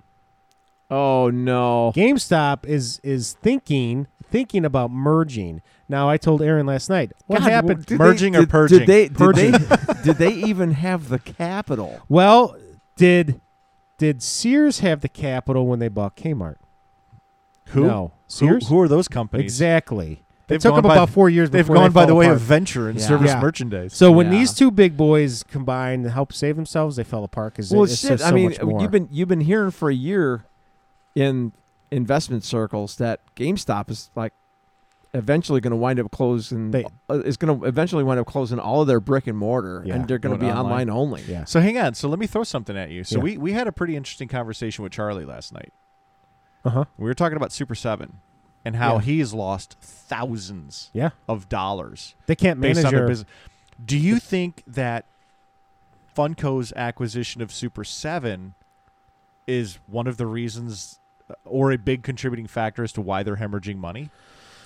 oh no,
GameStop is is thinking thinking about merging. Now I told Aaron last night what
God,
happened.
did they-
Merging or
did-
purging?
Did they did,
Purging.
They, did they even have the capital?
well, did did Sears have the capital when they bought Kmart?
who
No,
who,
Sears.
who are those companies
exactly.
They've
it took
gone
them
by
about
the-
four years.
They've
before they
gone by
fell
the way
apart.
of venture and
Yeah.
service
Yeah.
merchandise.
So when
Yeah.
these two big boys combined to help save themselves, they fell apart because
Well,
it's
shit.
just
I
so
mean, uh,
much more.
you've been you've been hearing for a year in investment circles that GameStop is like eventually going to wind up closing.
They-
uh, is going to eventually wind up closing all of their brick and mortar,
Yeah,
and they're going to
going
be online,
online.
only.
Yeah.
so hang on. So let me throw something at you. So
Yeah.
we we had a pretty interesting conversation with Charlie last night.
uh huh.
We were talking about Super Seven and how
Yeah.
he's lost thousands
Yeah,
of dollars
they can't
based
manage
on their
your-
business. Do you think that Funko's acquisition of Super Seven is one of the reasons, uh, or a big contributing factor as to why they're hemorrhaging money?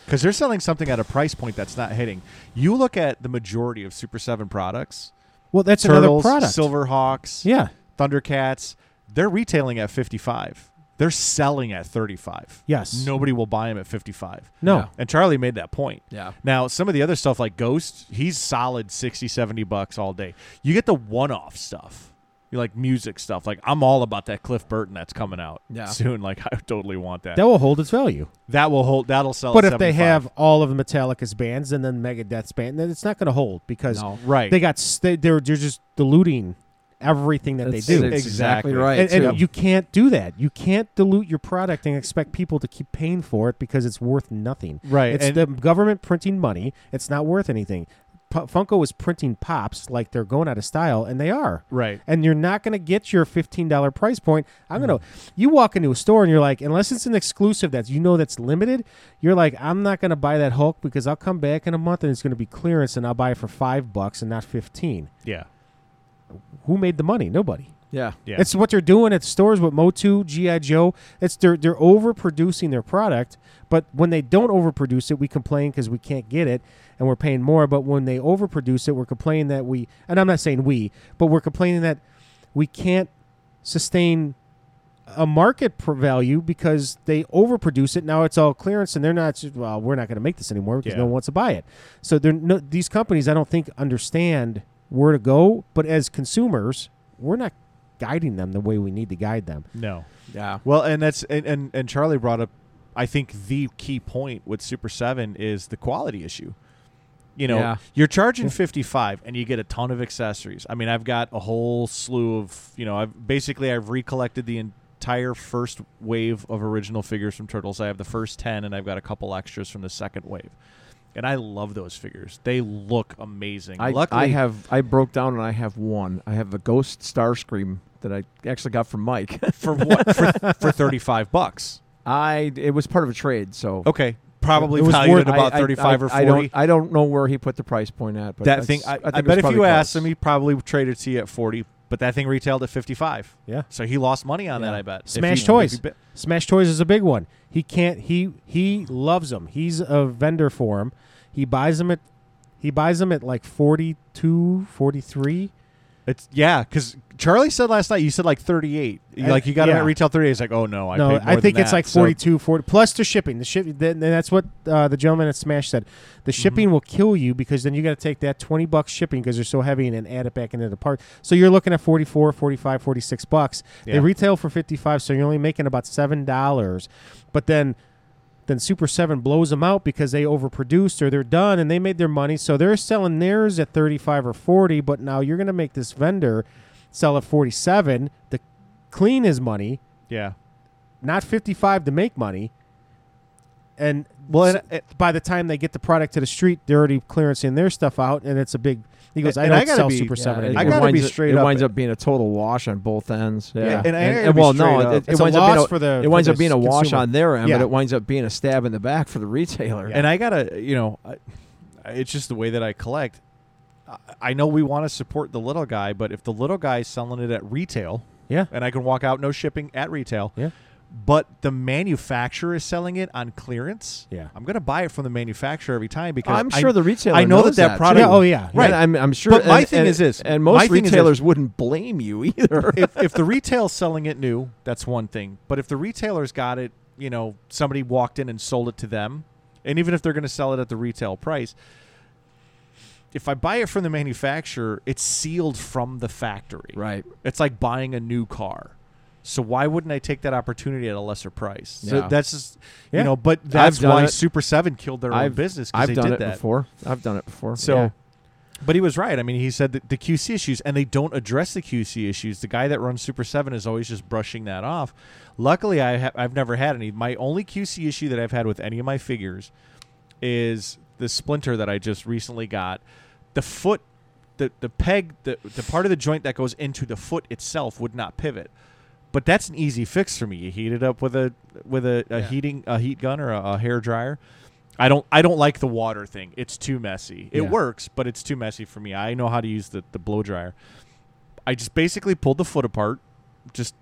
Because they're selling something at a price point that's not hitting. You look at the majority of Super Seven products.
Well, that's
Turtles,
another product.
Silverhawks,
Yeah,
Thundercats. They're retailing at 55. They're selling at 35.
Yes.
Nobody will buy them at 55.
no,
Yeah.
And Charlie made that point.
Yeah.
Now, some of the other stuff like Ghost, he's solid 60, 70 bucks all day. You get the one-off stuff. You like music stuff. Like I'm all about that Cliff Burton that's coming out
Yeah.
soon. *laughs* Like I totally want that.
that will hold its value.
That will hold that'll sell
But
at
if they
75.
have all of Metallica's bands and then Megadeth's band, then it's not going to hold because
No.
right.
Oh. they got s- they, they're they're just diluting everything that
That's-
they do.
that's exactly
Exactly.
right.
and, and
too.
you can't do that. You can't dilute your product and expect people to keep paying for it because it's worth nothing.
Right,
It's
and-
the government printing money. It's not worth anything. P- Funko is printing pops like they're going out of style, and they are.
Right.
And you're not going to get your fifteen dollar price point. I'm gonna.
Mm.
You walk into a store and you're like, unless it's an exclusive that's you know that's limited, you're like, I'm not going to buy that Hulk because I'll come back in a month and it's going to be clearance and I'll buy it for five bucks and not fifteen.
yeah.
Who made the money? Nobody.
yeah.
Yeah.
It's what they're doing at stores with Motu, GI Joe. It's they're they're overproducing their product, but when they don't overproduce it, we complain because we can't get it and we're paying more. But when they overproduce it, we're complaining that we and I'm not saying we, but we're complaining that we can't sustain a market pr- value because they overproduce it. Now it's all clearance, and they're not. s- Well, we're not going to make this anymore because
Yeah.
no one wants to buy it. So they're no, these companies. I don't think understand where to go. But as consumers, we're not guiding them the way we need to guide them.
no.
Yeah.
Well, and that's and, and and Charlie brought up, I think the key point with Super Seven is the quality issue. You know,
Yeah.
you're charging 55 and you get a ton of accessories. I mean, I've got a whole slew of, you know, I've basically I've recollected the entire first wave of original figures from Turtles. I have the first 10 and I've got a couple extras from the second wave. And I love those figures. They look amazing.
I,
Luckily,
I have I broke down and I have one. I have the Ghost Starscream that I actually got from Mike.
for what for, *laughs* for 35 bucks.
*laughs* I it was part of a trade, so
Okay, probably
It was
valued
worth-
at about
I- I-
35 or 40.
I don't I don't know where he put the price point at, but
that
that's-
thing, I,
think
I
it was
bet if
probably
you asked
close.
him, he probably traded to you at 40, but that thing retailed at 55.
Yeah.
So he lost money on that,
Yeah.
I bet. If
Smash
he-
Toys.
if he bit-
Smash Toys is a big one. He can't. He he loves them. He's a vendor for them. He buys them at he buys them at like 42, 43.
It's yeah, because Charlie said last night you said like 38. You-
I-
like you got him
yeah.
at retail 38. He's like, oh no, I
no,
paid more
I think
than
it's
that.
like
So-
42, 40 plus the shipping. The ship. Then then that's what uh, the gentleman at Smash said. The
Mm-hmm.
shipping will kill you because then you got to take that twenty bucks shipping because they're so heavy and then add it back into the part. So you're looking at 44, 45, 46 bucks. They
Yeah.
retail for fifty five, so you're only making about seven dollars. But then then Super 7 blows them out because they overproduced or they're done and they made their money. So they're selling theirs at 35 or 40, but now you're going to make this vendor sell at 47 to clean his money,
yeah.
not 55 to make money. And
Well,
well,
and uh, it-
by the time they get the product to the street, they're already clearancing their stuff out, and it's a big. He goes,
And-
"I
and I
don't
gotta
sell
be-
Super
yeah,
Seven
it-
anymore."
I
it
gotta be
winds up-
straight
It
up
winds
it-
up being a total wash on both ends. Yeah,
and I gotta be
well,
straight
no,
up.
it, it
It's a
winds up being
loss for the-
it winds
for
up being
the
a wash
consumer.
on their end,
Yeah.
but it winds up being a stab in the back for the retailer.
And I gotta, you know, I- it's just the way that I collect. I- I know we want to support the little guy, but if the little guy's selling it at retail,
yeah,
and I can walk out no shipping at retail.
Yeah.
But the manufacturer is selling it on clearance.
Yeah.
I'm going to buy it from the manufacturer every time because
I'm sure
I,
the retailer.
I know
knows
that that
too.
product.
Yeah, oh, yeah.
Right.
And I'm, I'm sure.
But my
and-
thing
and-
is this.
and
My
most
thing is this.
retailers wouldn't blame you either.
if, if the retail's selling it new, that's one thing. But if the retailer's got it, you know, somebody walked in and sold it to them, and even if they're going to sell it at the retail price, if I buy it from the manufacturer, it's sealed from the factory.
right.
It's like buying a new car. So why wouldn't I take that opportunity at a lesser price? So
Yeah.
that's just
Yeah.
you know, but that's
done
why
it.
Super Seven killed their own
I've
business because
I've
they
done
did
it
that.
before. I've done it before.
So,
yeah.
but he was right. I mean, he said that the QC issues, and they don't address the QC issues. The guy that runs Super Seven is always just brushing that off. Luckily, I ha- I've never had any. My only QC issue that I've had with any of my figures is the splinter that I just recently got. The foot, the the peg, the the part of the joint that goes into the foot itself would not pivot. But that's an easy fix for me. You heat it up with a with a, a heating a heat gun or a, a hair dryer. I don't I don't like the water thing. It's too messy. It
Yeah.
works, but it's too messy for me. I know how to use the, the blow dryer. I just basically pulled the foot apart, just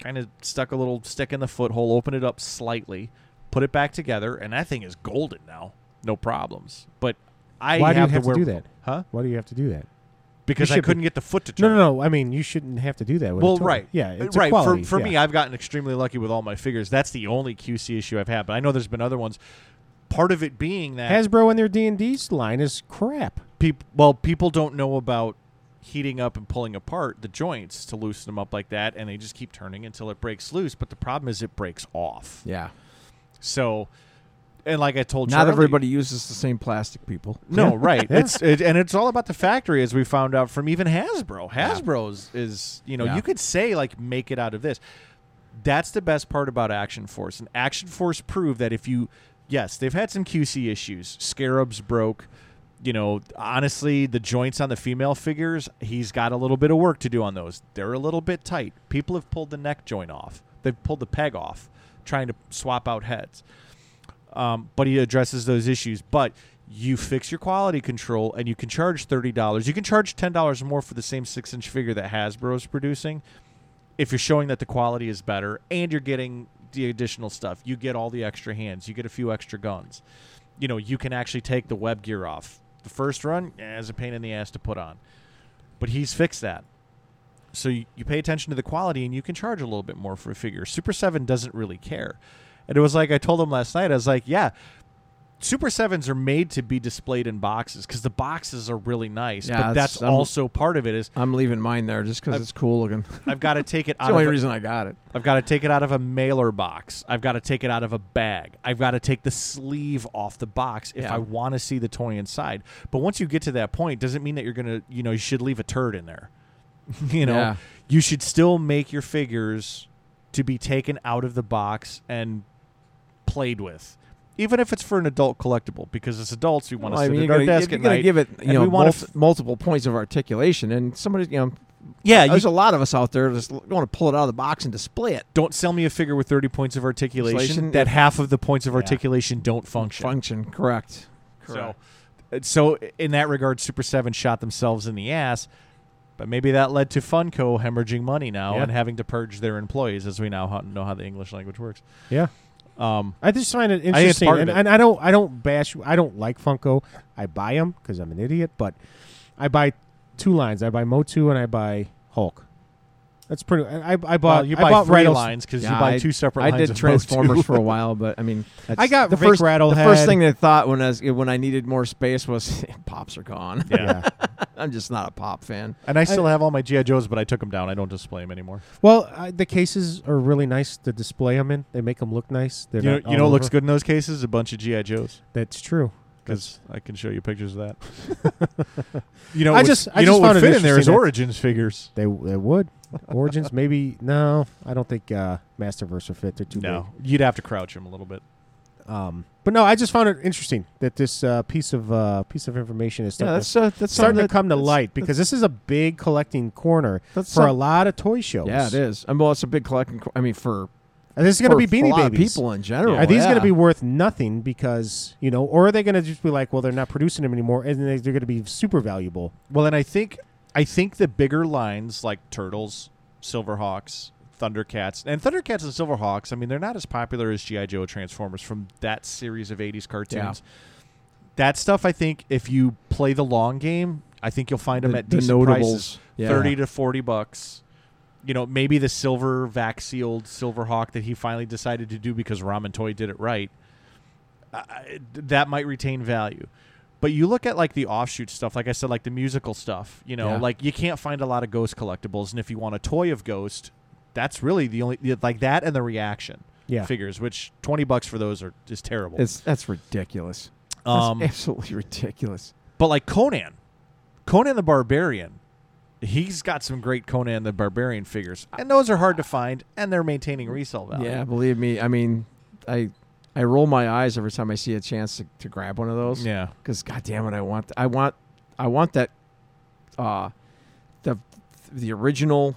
kind of stuck a little stick in the foothole, opened it up slightly, put it back together, and that thing is golden now. No problems. But I
Why do you
have to
have to
wear,
do that?
Huh?
Why do you have to do that?
Because I
should be-
couldn't get the foot to turn.
No, no, no. I mean, you shouldn't have to do that. With a
Well,
toy.
right.
Yeah,
Uh,
it's a
right.
quality,
for for
yeah.
me, I've gotten extremely lucky with all my figures. That's the only QC issue I've had, but I know there's been other ones. Part of it being that
Hasbro and their D and D's line is crap.
peop- well, people don't know about heating up and pulling apart the joints to loosen them up like that, and they just keep turning until it breaks loose. But the problem is it breaks off.
yeah.
So, and like I told,
Not
Charlie-
everybody uses the same plastic, people.
*laughs* No, right.
Yeah.
It's it, and it's all about the factory, as we found out from even Hasbro. Hasbro's is you know
Yeah.
you could say like make it out of this. That's the best part about Action Force, and Action Force proved that if you, yes, they've had some QC issues. Scarabs broke. You know, honestly, the joints on the female figures, he's got a little bit of work to do on those. They're a little bit tight. People have pulled the neck joint off. They've pulled the peg off, trying to swap out heads um, but he addresses those issues. But you fix your quality control, and you can charge thirty dollars. You can charge ten dollars more for the same six-inch figure that Hasbro is producing, if you're showing that the quality is better and you're getting the additional stuff. You get all the extra hands. You get a few extra guns. You know, you can actually take the web gear off. The first run eh, is a pain in the ass to put on, but he's fixed that. So you, you pay attention to the quality and you can charge a little bit more for a figure. Super 7 doesn't really care. And it was like I told him last night, I was like, yeah, Super Sevens are made to be displayed in boxes because the boxes are really nice.
Yeah,
but
that's-
that's
I'm-
also part of it is
I'm leaving mine there just because it's cool looking. That's
I've got to
*laughs*
take it out.
the only
of a-
reason I got it.
I've got to take it out of a mailer box. I've got to take it out of a bag. I've got to take the sleeve off the box if
Yeah.
I want to see the toy inside. But once you get to that point, doesn't mean that you're gonna, you know, you should leave a turd in there. *laughs* you know,
Yeah.
you should still make your figures to be taken out of the box and played with. Even if it's for an adult collectible, because as adults we want to
Well, I
sit
mean,
at
you're
our
gonna,
desk
you're
at
gonna
night,
give it you
and
know
we wanna
multi- multiple points of articulation, and somebody you know,
yeah, you
there's a lot of us out there just want to pull it out of the box and display it.
don't sell me a figure with thirty points of articulation
Articulation,
that
yeah.
half of the points of articulation don't function.
Function correct.
So, uh, so in that regard, Super Seven shot themselves in the ass. But maybe that led to Funko hemorrhaging money now
Yeah.
and having to purge their employees, as we now ho- know how the English language works.
Yeah.
Um,
I just find it
it's
interesting,
part of
and,
it.
and I don't, I don't bash, I don't like Funko. I buy them because I'm an idiot, but I buy two lines. I buy Motu and I buy Hulk. That's pretty. I, I I bought.
well, you
I
buy
bought
three
Rattles-
lines because
Yeah,
you buy
I-
two separate
I
lines.
did
of
Transformers
Motu.
for a while, but I mean, that's-
got
the
Vic
first The
Rattlehead.
first thing they thought when I was when I needed more space was *laughs* pops are gone. *laughs*
yeah.
Yeah.
I'm just not a pop fan.
and I still have all my GI Joes, but I took them down. I don't display them anymore.
*laughs* Well, I, the cases are really nice to display them in. They make them look nice. They're
You know,
not
you know,
all
what looks
over.
good in those cases a bunch of GI Joes
That's true.
because I can show you pictures of that. you know,
I
what's-
just- I
you know
just
what
found
would
it
fit in there is
interesting that-
Origins figures.
They they would *laughs* origins maybe no. I don't think uh, Masterverse would fit. They're too
No, you'd have to crouch them a little bit.
big. Um, but no, I just found it interesting that this uh, piece of uh, piece of information is
Yeah,
starting,
that's uh, that's
to, starting
something
to come to
that's-
light because this is a big collecting corner for
That's
a
some-
lot of toy shows.
yeah, it is. Um, well, it's a big collecting. co- I mean, for
And this is going to
for-
be
for a
Beanie
lot of
Babies.
people in general.
Are these going
yeah.
to be worth nothing because you know, or are they going to just be like, well, they're not producing them anymore, and they- they're going to be super valuable?
Well, and I think I think the bigger lines like Turtles, Silverhawks, Thundercats, and Thundercats and Silverhawks. I mean, they're not as popular as GI Joe Transformers from that series of '80s cartoons. That stuff, I think, if you play the long game, I think you'll find them
The-
at
the
decent prices,
notables? Yeah.
thirty to forty bucks. You know, maybe the silver vac sealed Silverhawk that he finally decided to do because Ramen Toy did it right. I- that might retain value. But you look at like the offshoot stuff, like I said, like the musical stuff. You know,
Yeah.
like you can't find a lot of Ghost collectibles, and if you want a toy of Ghost, that's really the only like that and the reaction
Yeah.
figures, which twenty bucks for those are is terrible.
It's that's ridiculous. *laughs* That's
um,
absolutely ridiculous.
but like Conan, Conan the Barbarian, he's got some great Conan the Barbarian figures, and those are hard to find, and they're maintaining resale value.
Yeah, believe me. I mean, I I roll my eyes every time I see a chance to, to grab one of those.
yeah.
Because goddamn it, I want I want I want that uh the the original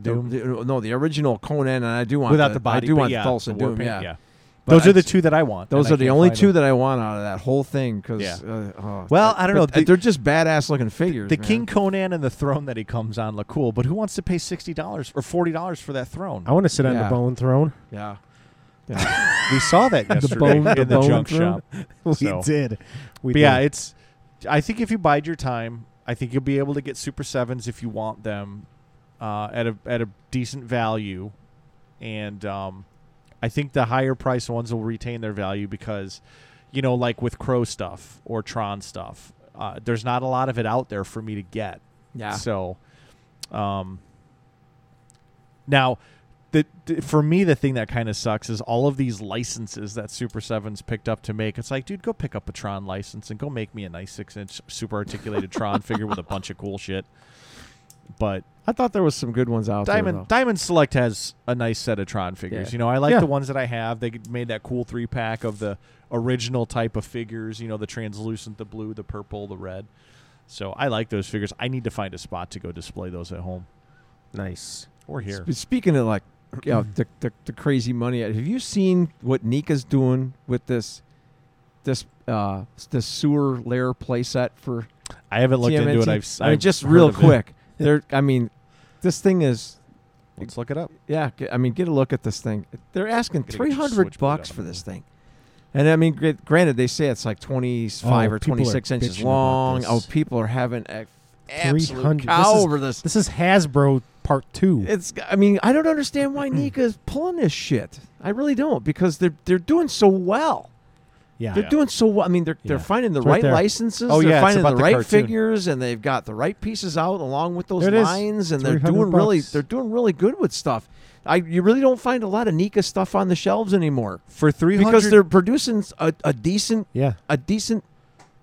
the,
Doom.
the- no the original Conan and I do want
Without
I
the body,
do
but
want
yeah,
Tulsa
the war
Doom.
paint,
Yeah.
yeah.
But
Those
I
are the
just-
two that I want.
Those
and I
are the
can't
only
find
two
them.
that I want out of that whole thing. Because
Yeah.
uh, oh,
Well,
but-
I don't know,
but
the-
they're just badass looking figures.
the
man.
King Conan and the throne that he comes on look cool, but who wants to pay sixty dollars or forty dollars for that throne?
I want to sit on the
Yeah.
bone
*laughs*
throne.
Yeah.
We saw that yesterday
bone- the
in the
bone
junk
throne?
shop.
we
So-
did. We
But yeah,
did.
it's. I think if you bide your time, I think you'll be able to get Super Sevens if you want them, uh, at a at a decent value, and um, I think the higher price ones will retain their value because, you know, like with Crow stuff or Tron stuff, uh, there's not a lot of it out there for me to get.
Yeah.
So, um, now, the, the for me the thing that kind of sucks is all of these licenses that Super Sevens picked up to make. It's like, dude, go pick up a Tron license and go make me a nice six inch super articulated Tron figure with a bunch of cool shit. But
I thought there was some good ones out
Diamond
there. though.
Diamond Select has a nice set of Tron figures.
Yeah.
You know, I like
Yeah.
the ones that I have. They made that cool three pack of the original type of figures. You know, the translucent, the blue, the purple, the red. So I like those figures. I need to find a spot to go display those at home
nice.
or here.
Sp- Speaking of like, you
*clears throat*
know, the, the the crazy money. Have you seen what Nika's doing with this this uh s- this sewer lair playset for
I haven't looked
TMNT?
into it. I've, s-
I mean,
I've
just
heard
real
of it.
quick. There, I mean, this thing is
Let's look it up.
Yeah, g- I mean, get a look at this thing. They're asking
Gotta get
three
your
hundred
switchblade
bucks
out of
for
the
this thing, and I mean, gr- granted, they say it's like twenty-five
Oh,
or
people are
twenty-six
bitching
inches
about
long.
this.
Oh, people are having a f- absolute
300.
cow
This is-
over this.
This is Hasbro Part Two.
It's, I mean, I don't understand why Nika's pulling this shit. I really don't because they're they're doing so well.
Yeah.
They're doing so well. I mean, they're they're
Yeah.
finding the
It's right
right
there.
licenses.
Oh,
they're
yeah, it's
finding
about
the,
the
right
cartoon.
figures, and they've got the right pieces out along with those
There it is.
lines, and they're
300
doing really
bucks.
they're doing really good with stuff. I you really don't find a lot of Nika stuff on the shelves anymore
for three hundred
because they're producing a, a decent
Yeah.
a decent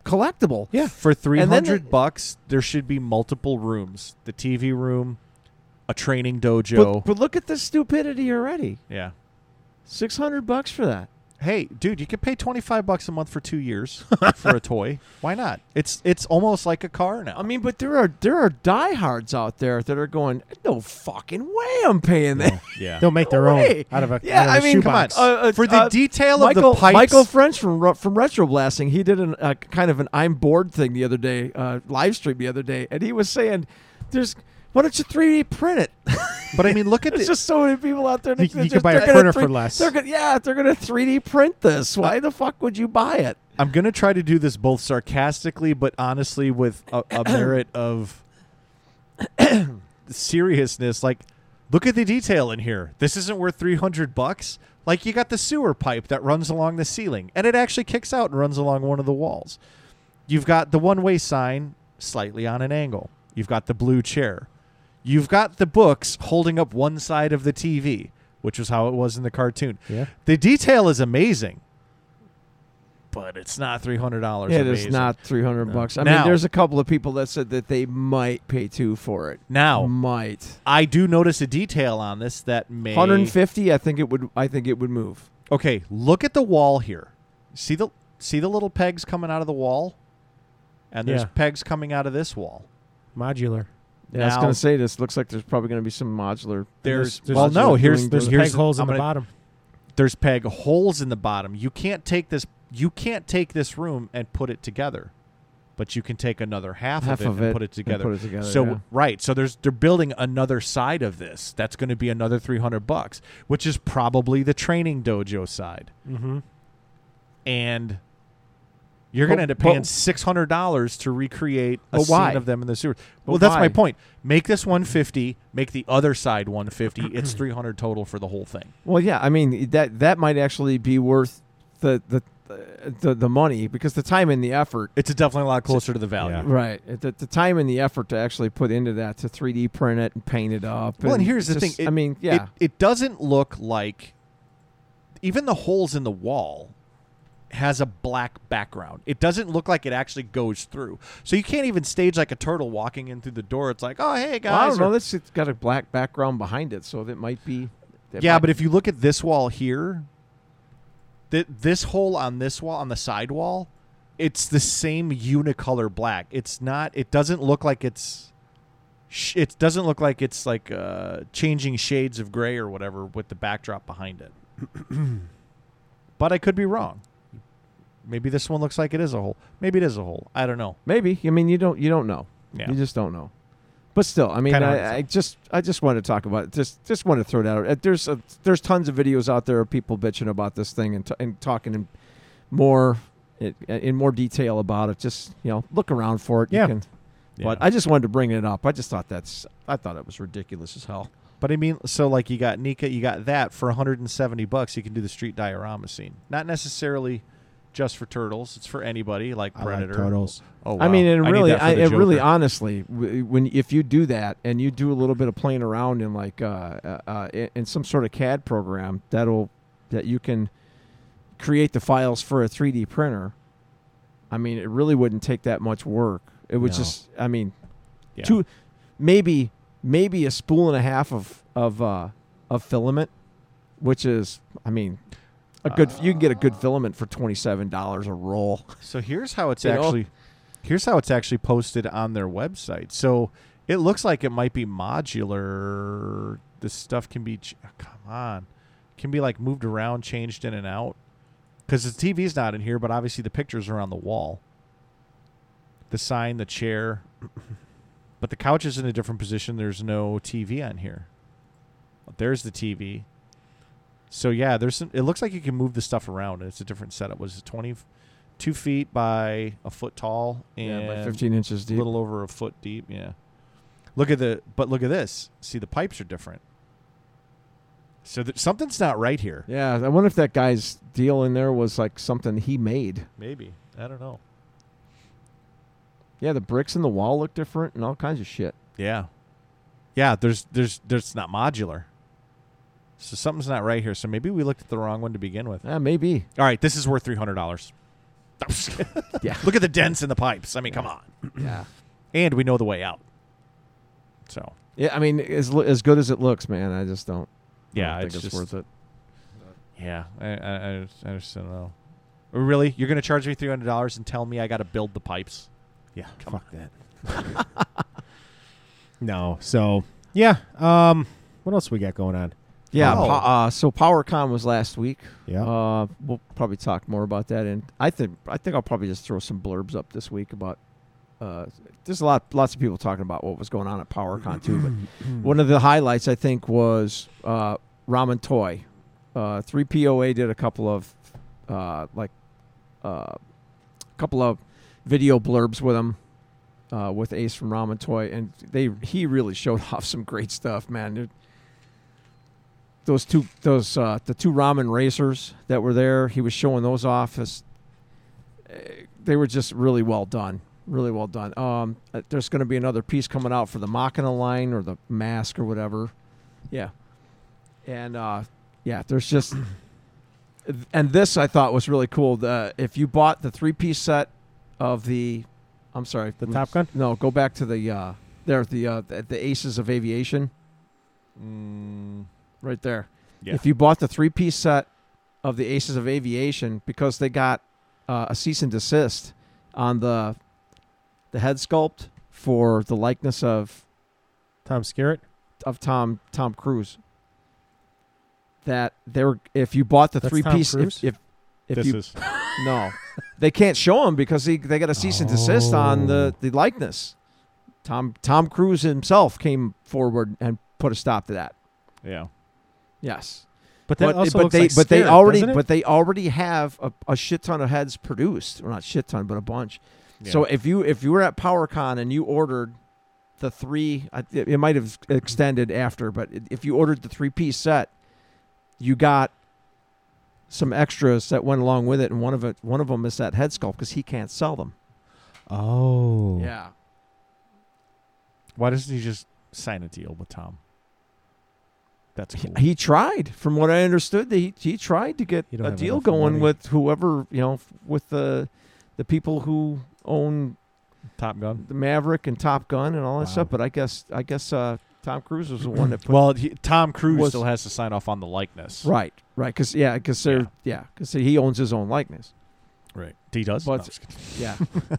collectible.
Yeah.
for three
then they-
hundred bucks. There should be multiple rooms: the TV room, a training dojo.
But, but look at the stupidity already.
yeah.
Six hundred bucks for that.
Hey, dude, you could pay twenty five bucks a month for two *laughs* years for a toy. Why not? It's it's almost like a car now.
I mean, but there are there are diehards out there that are going, no fucking way, I'm paying that.
yeah.
They'll make their
No
own
way.
out of a
*laughs* Yeah,
out of
I
a
mean, come on.
shoebox.
Uh, uh,
for the
uh,
detail
Michael,
of the pipes,
Michael French from Ru- from Retro Blasting, he did an, a kind of an I'm bored thing the other day, uh, live stream the other day, and he was saying, "There's why don't you 3D print it? *laughs*
But I mean, *laughs* look at
There's
this.
just so many people out there. That
You-
that
you
just-
could buy a
they're gonna
printer for
three-
less.
They're gonna, yeah, they're gonna 3D print this. Why the fuck would you buy it?
I'm gonna try to do this both sarcastically, but honestly, with a, *coughs* a merit of seriousness. Like, look at the detail in here. This isn't worth 300 bucks. Like, you got the sewer pipe that runs along the ceiling, and it actually kicks out and runs along one of the walls. You've got the one-way sign slightly on an angle. You've got the blue chair. You've got the books holding up one side of the TV, which was how it was in the cartoon.
Yeah.
The detail is amazing, but it's not three hundred dollars.
It is not 300 bucks. I mean,
Now-
there's a couple of people that said that they might pay two for it.
Now-
might
I do notice a detail on this that may
150. I think it would. I think it would move.
Okay, look at the wall here. See the see the little pegs coming out of the wall, and there's
Yeah.
pegs coming out of this wall.
Modular.
Yeah, I was
Now-
going to say this looks like there's probably going to be some modular.
There's,
There's-
well, no.
there's-
Here's
there's
There's
here's
peg holes
I'm
on the
gonna-
bottom.
There's peg holes in the bottom. You can't take this. You can't take this room and put it together, but you can take another half,
*laughs* Half
of it
of
and
it
put it
and
together.
put it together,
So
yeah.
right. So there's they're building another side of this. That's going to be another three hundred bucks, which is probably the training dojo side.
Mm-hmm.
and you're
But-
going to end up paying
but-
six hundred dollars to recreate a
But why?
scene of them in the sewer.
But
well, that's
why?
my point. Make this one fifty. Make the other side one fifty. *clears throat* it's three hundred total for the whole thing.
Well, yeah, I mean that that might actually be worth the the the, the money because the time and the effort.
It's definitely a lot closer to the value.
Yeah.
Right, It- the, the time and the effort to actually put into that to 3D print it and paint it up.
Well, and here's the
just-
thing. It-
I mean,
It,
yeah,
it doesn't look like even the holes in the wall has a black background. It doesn't look like it actually goes through. So you can't even stage like a turtle walking in through the door. It's like, oh hey guys.
well, I don't
or-
know. This it's got a black background behind it, so it might be. it
yeah,
might-
but if you look at this wall here, th- this hole on this wall on the side wall, it's the same unicolor black. It's not. It doesn't look like it's. Sh- it doesn't look like it's like uh, changing shades of gray or whatever with the backdrop behind it. but I could be wrong. Maybe this one looks like it is a hole. Maybe it is a hole. I don't know.
maybe I mean you don't you don't know.
Yeah.
You just don't know. But still, I mean,
Kinda hard to
I, I just I just want to talk about it. just just want to throw it out. Uh, There's a, there's tons of videos out there of people bitching about this thing and, t- and talking in more in- in more detail about it. Just you know, look around for it. You
Yeah.
can- But I just wanted to bring it up. I just thought that's I thought it was ridiculous as hell.
But I mean, so like you got Nika, you got that for 170 bucks. You can do the street diorama scene. Not necessarily just for turtles. It's for anybody, like
I like
Predator.
turtles.
Oh,
I mean,
wow.
and
need
really,
that for
I,
the
it really,
Joker.
honestly, w- when if you do that and you do a little bit of playing around in like uh, uh, uh, in- in some sort of CAD program, that'll that you can create the files for a 3D printer. I mean, it really wouldn't take that much work. It would
No.
just, I mean,
Yeah.
two, maybe maybe a spool and a half of of uh, of filament, which is, I mean, a good. you can get a good filament for twenty seven dollars a roll. *laughs*
So here's how it's
You know?
actually, here's how it's actually posted on their website. So it looks like it might be modular. This stuff can be, ch- oh, come on, can be like moved around, changed in and out. Because the TV's not in here, but obviously the pictures are on the wall. The sign, the chair, but the couch is in a different position. There's no TV on here. There's the TV. So yeah, there's some, it looks like you can move the stuff around. It's a different setup. Was it 20, two feet by a foot tall and
Yeah, like fifteen inches
a
deep.
little over a foot deep. Yeah. Look at the but look at this. See the pipes are different. So th- something's not right here.
Yeah, I wonder if that guy's deal in there was like something he made.
Maybe I don't know.
Yeah, the bricks in the wall look different and all kinds of shit.
Yeah, yeah. There's there's there's not modular. So something's not right here. So maybe we looked at the wrong one to begin with.
Yeah,
*clears throat*
maybe.
All right, this is worth three hundred dollars. *laughs*
Yeah.
Look at the dents in the pipes. I mean, come on.
yeah.
And we know the way out. So
Yeah, I mean, as lo- as good as it looks, man, I just don't. I
yeah,
don't think
it's,
it's,
just Oh.
worth it.
yeah. I I, I, just, I just don't know. Oh, Really, you're gonna charge me three hundred dollars and tell me I got to build the pipes?
Yeah, fuck that.
*laughs*
*laughs* no, so yeah. Um, what else we got going on?
Yeah.
Oh.
po- uh, so PowerCon was last week.
Yeah.
Uh, we'll probably talk more about that, and I think I think I'll probably just throw some blurbs up this week about. Uh, there's a lot, lots of people talking about what was going on at PowerCon too.
*clears throat*
But
Hmm.
one of the highlights I think was uh, Ramen Toy. Uh, 3POA did a couple of uh, like uh, couple of video blurbs with him uh, with Ace from Ramen Toy, and they he really showed *laughs* off some great stuff, man. There- those two, those uh, the two ramen racers that were there, he was showing those off. As, eh, they were just really well done, really well done. Um, uh, there's going to be another piece coming out for the Machina line or the mask or whatever, yeah. And uh, yeah, there's just *clears throat* and this I thought was really cool. The if you bought the three piece set of the, I'm sorry,
The Top Gun?
No, go back to the uh, there the uh, the, the Aces of Aviation
Mm,
right there.
Yeah.
If you bought the three piece set of the Aces of Aviation because they got uh, a cease and desist on the the head sculpt for the likeness of
Tom Skerritt.
of Tom Tom Cruise that they were if you bought the
That's
three
Tom
piece
Cruise?
if if, if
this
you
is
no they can't show him because he, they got a cease and desist on
Oh.
the, the likeness. Tom Tom Cruise himself came forward and put a stop to that.
yeah.
Yes,
But that
but,
also
but
looks
they
like
but they
Skerritt,
already
doesn't it?
but they already have a, a shit ton of heads produced, or not shit ton, but a bunch. So
Yeah.
if you if you were at PowerCon and you ordered the three, I- it it might have extended after, but i- if you ordered the three piece set, you got some extras that went along with it, and one of it one of them is that head sculpt because he can't sell them.
oh
Yeah,
why doesn't he just sign a deal with Tom? That's cool.
he tried. From what I understood, that he he tried to get
You don't
a
have
deal
enough
going
money.
with whoever you know f- with the the people who own
Top Gun.
the Maverick and Top Gun and all that
Wow.
stuff. But I guess I guess uh, Tom Cruise was the one *clears throat* that put
Well, he, Tom Cruise
Was-
still has to sign off on the likeness.
right, right, because yeah, because they're yeah, because he owns his own likeness.
Right. He does.
But-
No, I'm just kidding.
Yeah,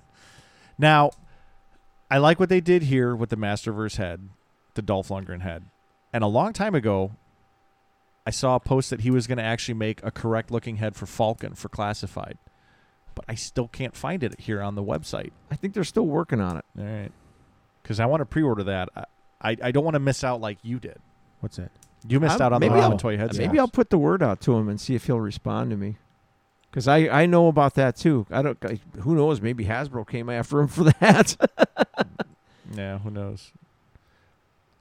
Now, I like what they did here with the Masterverse head, the Dolph Lundgren head. And a long time ago, I saw a post that he was going to actually make a correct looking head for Falcon for classified. But I still can't find it here on the website.
*laughs* I think they're still working on it.
All right. Because I want to pre order that. I, I, I don't want to miss out like you did.
What's that?
You missed
I'm-
out on
maybe
the
I'll-
Ramen toy head.
Maybe I'll put the word out to him and see if he'll respond to me. Because I, I know about that too. I don't. I, who knows? Maybe Hasbro came after him *laughs* for that.
Yeah, who knows?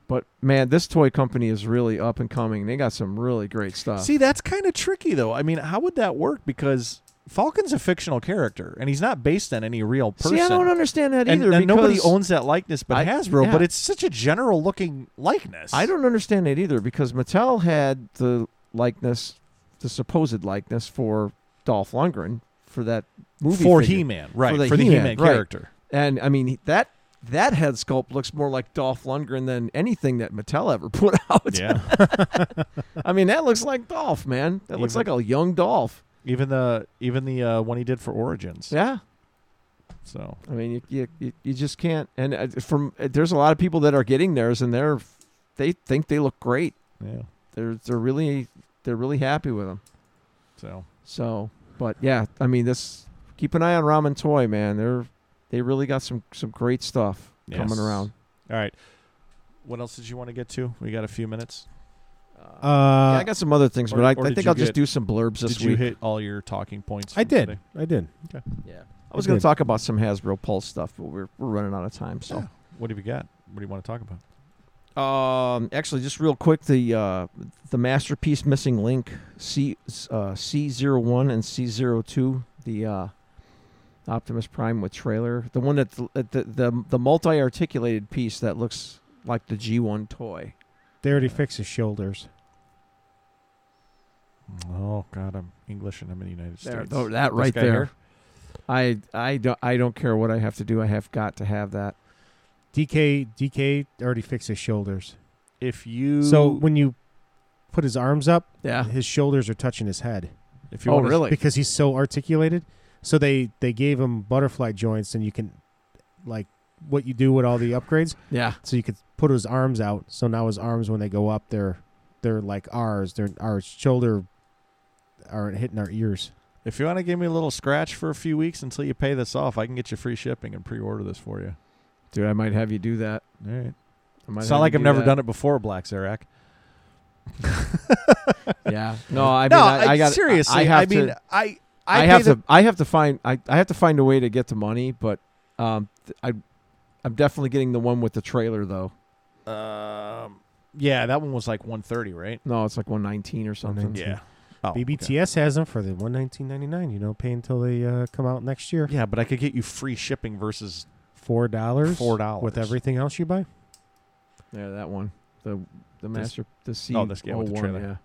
but man, this toy company is really up and coming. They got some really great stuff.
See, that's kind of tricky, though. I mean, how would that work? Because Falcon's a fictional character, and he's not based on any real person.
See, I don't understand that
and,
either.
and nobody
because-
owns that likeness but
I-
Hasbro,
yeah.
but it's such a general looking likeness.
I don't understand it either because Mattel had the likeness, the supposed likeness for Dolph Lundgren for that movie
for
figure.
He Man, right?
the
For the He
He-Man,
Man
right. *laughs*
character.
And I mean that that head sculpt looks more like Dolph Lundgren than anything that Mattel ever *laughs* put out.
Yeah.
I mean that looks like Dolph, man. That looks
Even-
like a young Dolph.
even the even the uh, one he did for Origins.
Yeah.
So
I mean you you, you, you just can't. And uh, from uh, there's a lot of people that are getting theirs and they're they think they look great.
yeah.
They're they're really they're really happy with them.
So
So, but yeah, I mean, this keep an eye on Ramen Toy, man. They're they really got some some great stuff
Yes.
coming around.
all right. What else did you want to get to? We got a few minutes.
Uh,
Yeah, I got some other things,
or-
but I,
or
I
did
think
you
I'll just
get-
do some blurbs this
did you
week.
hit all your talking points?
I
from
did.
today?
I did.
yeah, I was
I
going
did.
to talk about some Hasbro Pulse stuff, but we're we're running out of time. So,
What have you got? What do you want to talk about?
Um, actually, just real quick, the uh, the masterpiece missing link C uh, C01 and C02, the uh, Optimus Prime with trailer, the one that uh, the the, the multi articulated piece that looks like the G1 toy.
They already fixed his shoulders.
Oh God, I'm English and I'm in the United
There,
States.
tho- that
This
right
guy
there.
here?
I I don't I don't care what I have to do. I have got to have that.
DK DK already fixed his shoulders.
If you
So when you put his arms up,
Yeah.
his shoulders are touching his head
if you
Ah. oh
want
really?
because he's so articulated. So they they gave him butterfly joints, and you can like what you do with all the upgrades.
yeah.
so you could put his arms out. So now his arms, when they go up, they're they're like ours. They're our shoulder aren't hitting our ears.
if you want to give me a little scratch for a few weeks until you pay this off, I can get you free shipping and pre-order this for you.
Dude, I might have you do that.
All right.
I might
It's
have
not
you
like I've
do
never
that.
done it before, Black Zarak.
Yeah. No, I mean,
no,
I, I got
seriously.
I have to,
mean, I
I,
I,
have
pay the-
to. I have to find. I, I have to find a way to get the money, but um, th- I, I'm definitely getting the one with the trailer though.
Um, yeah, that one was like 130, right?
No, it's like 119 or something.
119.
Yeah. Oh, okay.
BBTS has them for the one nineteen ninety nine. You know, pay until they uh, come out next year.
Yeah, but I could get you free shipping versus
Four dollars.
$4.
with everything else you buy.
Yeah, that one. The the
This-
master the C.
oh, this guy with the
one,
trailer. Oh.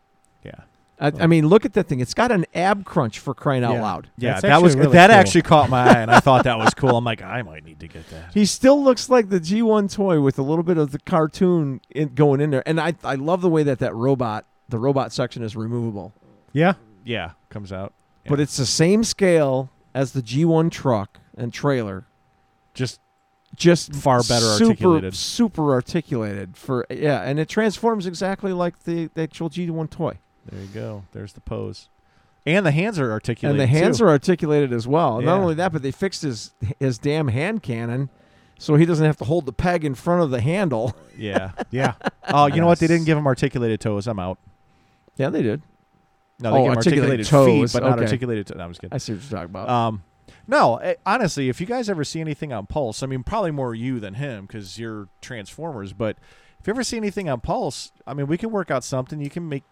Yeah.
yeah.
I, I mean, look at that thing. It's got an ab crunch for crying out
Yeah.
loud.
Yeah,
That's
that was
actually really
that
cool.
actually caught my eye, and I thought that was cool. I'm like, I might need to get *laughs* that.
He still looks like the G1 toy with a little bit of the cartoon in, going in there, and I I love the way that that robot the robot section is removable,
Yeah,
Yeah, comes out
but
Yeah.
it's the same scale as the G1 truck and trailer.
just
just
Far better
super,
articulated.
super articulated for yeah, and it transforms exactly like the, the actual G1 toy.
there. You go. There's the pose, and the hands are
And
articulated.
the hands
too.
are articulated as well. Not
Yeah.
only that, but they fixed his his damn hand cannon, so he doesn't have to hold the peg in front of the handle. *laughs*
Yeah.
yeah.
Oh, you know what? They
Nice.
didn't give him articulated toes. I'm out.
Yeah, they did.
No, they
Oh,
give him
articulated
articulated, feet,
toes.
but not
Okay.
articulated. To- no, I was kidding.
I oh. see what you're talking about.
Um, no, eh, honestly, if you guys ever see anything on Pulse, I mean, probably more you than him because you're Transformers. But if you ever see anything on Pulse, I mean, we can work out something. You can make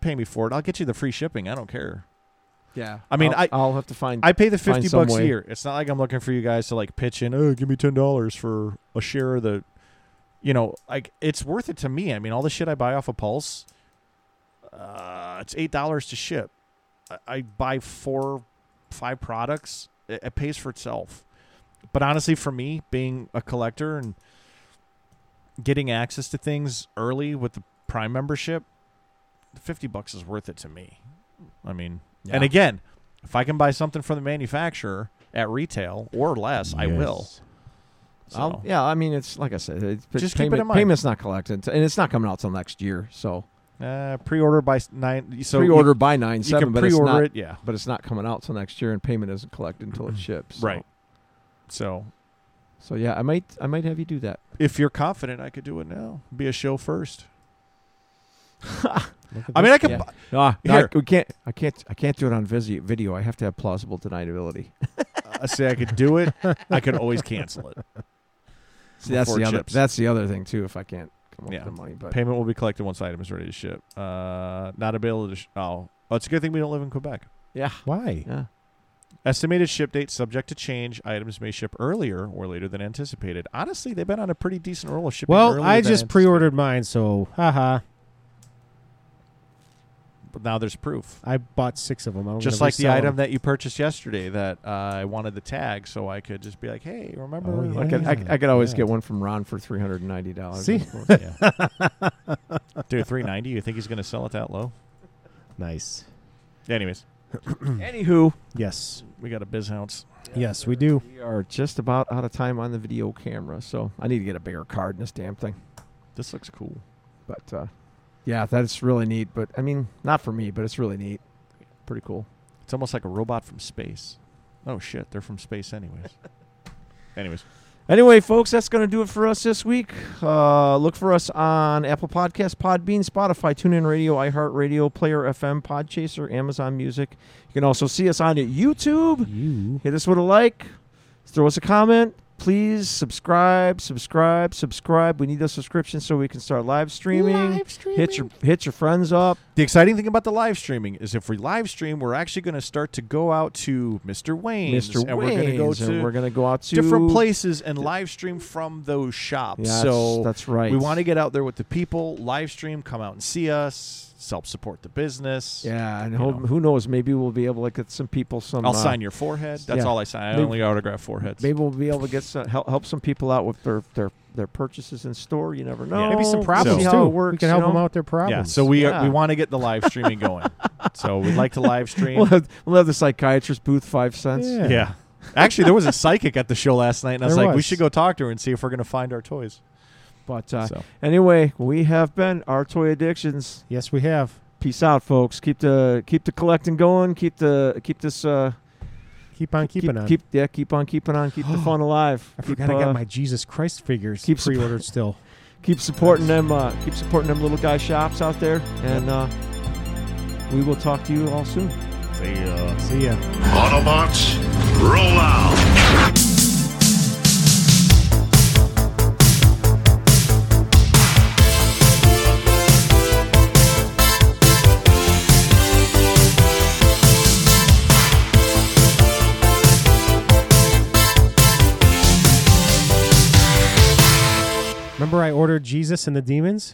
pay me for it. I'll get you the free shipping. I don't care.
yeah,
I mean,
I'll,
I-
will have to find.
I pay the
Find
fifty
some
bucks
way.
a year. It's not like I'm looking for you guys to like pitch in. Oh, give me ten dollars for a share of the. You know, like it's worth it to me. I mean, all the shit I buy off of Pulse, uh, it's eight dollars to ship. I, I buy four, five products. It, it pays for itself. But honestly, for me, being a collector and getting access to things early with the Prime membership, fifty bucks is worth it to me. I mean, and
Yeah.
again, if I can buy something from the manufacturer at retail or less, I will.
I'll-
So,
yeah, I mean, it's like I said, it's,
Just keep it
payment,
in mind.
Payment's not collected, and it's not coming out till next year. So,
uh, pre-order by s- nine. So you-
pre-order by nine
You,
seven,
can
but
pre-order
it's not,
it. Yeah.
but it's not coming out till next year, and payment isn't collected until it ships. so-
Right. So
So yeah, I might I might have you do that.
if you're confident, I could do it now. Be a show first.
Look at
I
this.
mean, I could.
Yeah.
bu-
No,
no, I-
I, we can't. I can't. I can't do it on visi- video. I have to have plausible deniability. *laughs*
I Uh, say I could do it. I could always cancel
*laughs*
it.
See, that's
Before
the
it
other.
ships.
That's the other thing too. If I can't come up
Yeah.
with the money, but
Payment will be collected once the item is ready to ship. Uh, not available to. Sh- oh, oh, it's a good thing we don't live in Quebec.
yeah,
why?
yeah,
Estimated ship date subject to change. Items may ship earlier or later than anticipated. Honestly, they've been on a pretty decent roll of shipping.
Well,
earlier
I
than
just
anticipated.
pre-ordered mine, so haha.
But now there's proof.
I bought six of them. I'm
just
gonna
like the
resell
item
'em.
that you purchased yesterday that uh, I wanted the tag so I could just be like, hey, remember?
Oh,
I
like,
could. I,
Yeah,
I could always
yeah.
get one from Ron for three hundred and ninety dollars.
See?
*laughs*
yeah.
*laughs*
Dude, 390 you think he's going to sell it that low?
nice.
Anyways,
Anywho,
Yes,
we got a biz hounce.
yes, we do.
we are just about out of time on the video camera, so I need to get a bigger card in this damn thing.
This looks cool.
But uh, yeah, that's really neat. But I mean, not for me, but it's really neat. Pretty cool.
It's almost like a robot from space. Oh, shit. They're from space, anyways.
*laughs*
anyways,
Anyway, folks, that's going to do it for us this week. Uh, look for us on Apple Podcasts, Podbean, Spotify, TuneIn Radio, iHeartRadio, Player FM, Podchaser, Amazon Music. You can also see us on YouTube.
You
Hit us with a like, throw us a comment, please subscribe, subscribe, subscribe. We need those subscriptions so we can start live streaming.
Live
Hit your hit your friends up.
The exciting thing about the live streaming is if we live stream, we're actually going to start to go out to Mr. Wayne's,
Mr.
and we're
Wayne's,
going to go to
and we're gonna go out to
different places and live stream from those shops.
Yes,
so
that's right.
We want to get out there with the people, live stream, come out and see us, self support the business.
Yeah, and
you
who,
know.
who knows? Maybe we'll be able to get some people some.
I'll
uh,
sign your forehead. That's
yeah.
all I sign. I
Maybe-
only autograph foreheads.
Maybe we'll be able to get some help, help some people out with their their their purchases in store. You never know.
Yeah.
Maybe some
We'll
problems
see
Oh, too.
how it works,
we can
you
help them
know?
out with their problems.
yeah, so we are, we
Yeah.
want to get the live streaming going. so we'd like to live
*laughs*
stream.
We'll have, we'll have the psychiatrist booth five cents.
Yeah.
Yeah. Actually, there was a psychic at the show last night, and I was
There
like, we
was.
should go talk to her and see if we're going to find our toys.
But uh,
So.
anyway, we have been our toy addictions.
yes, we have.
Peace out, folks. Keep the keep the collecting going. Keep the keep this uh,
Keep on keeping
keep,
on.
Keep yeah, keep on keeping on.
*gasps*
Keep the fun alive.
I
Keep,
forgot I
uh,
got my Jesus Christ figures
keep sup-
pre-ordered still.
keep supporting them. Uh, keep supporting them little guy shops out there, and uh, we will talk to you all soon.
See ya.
Autobots, roll out!
Remember I ordered Jesus and the Demons?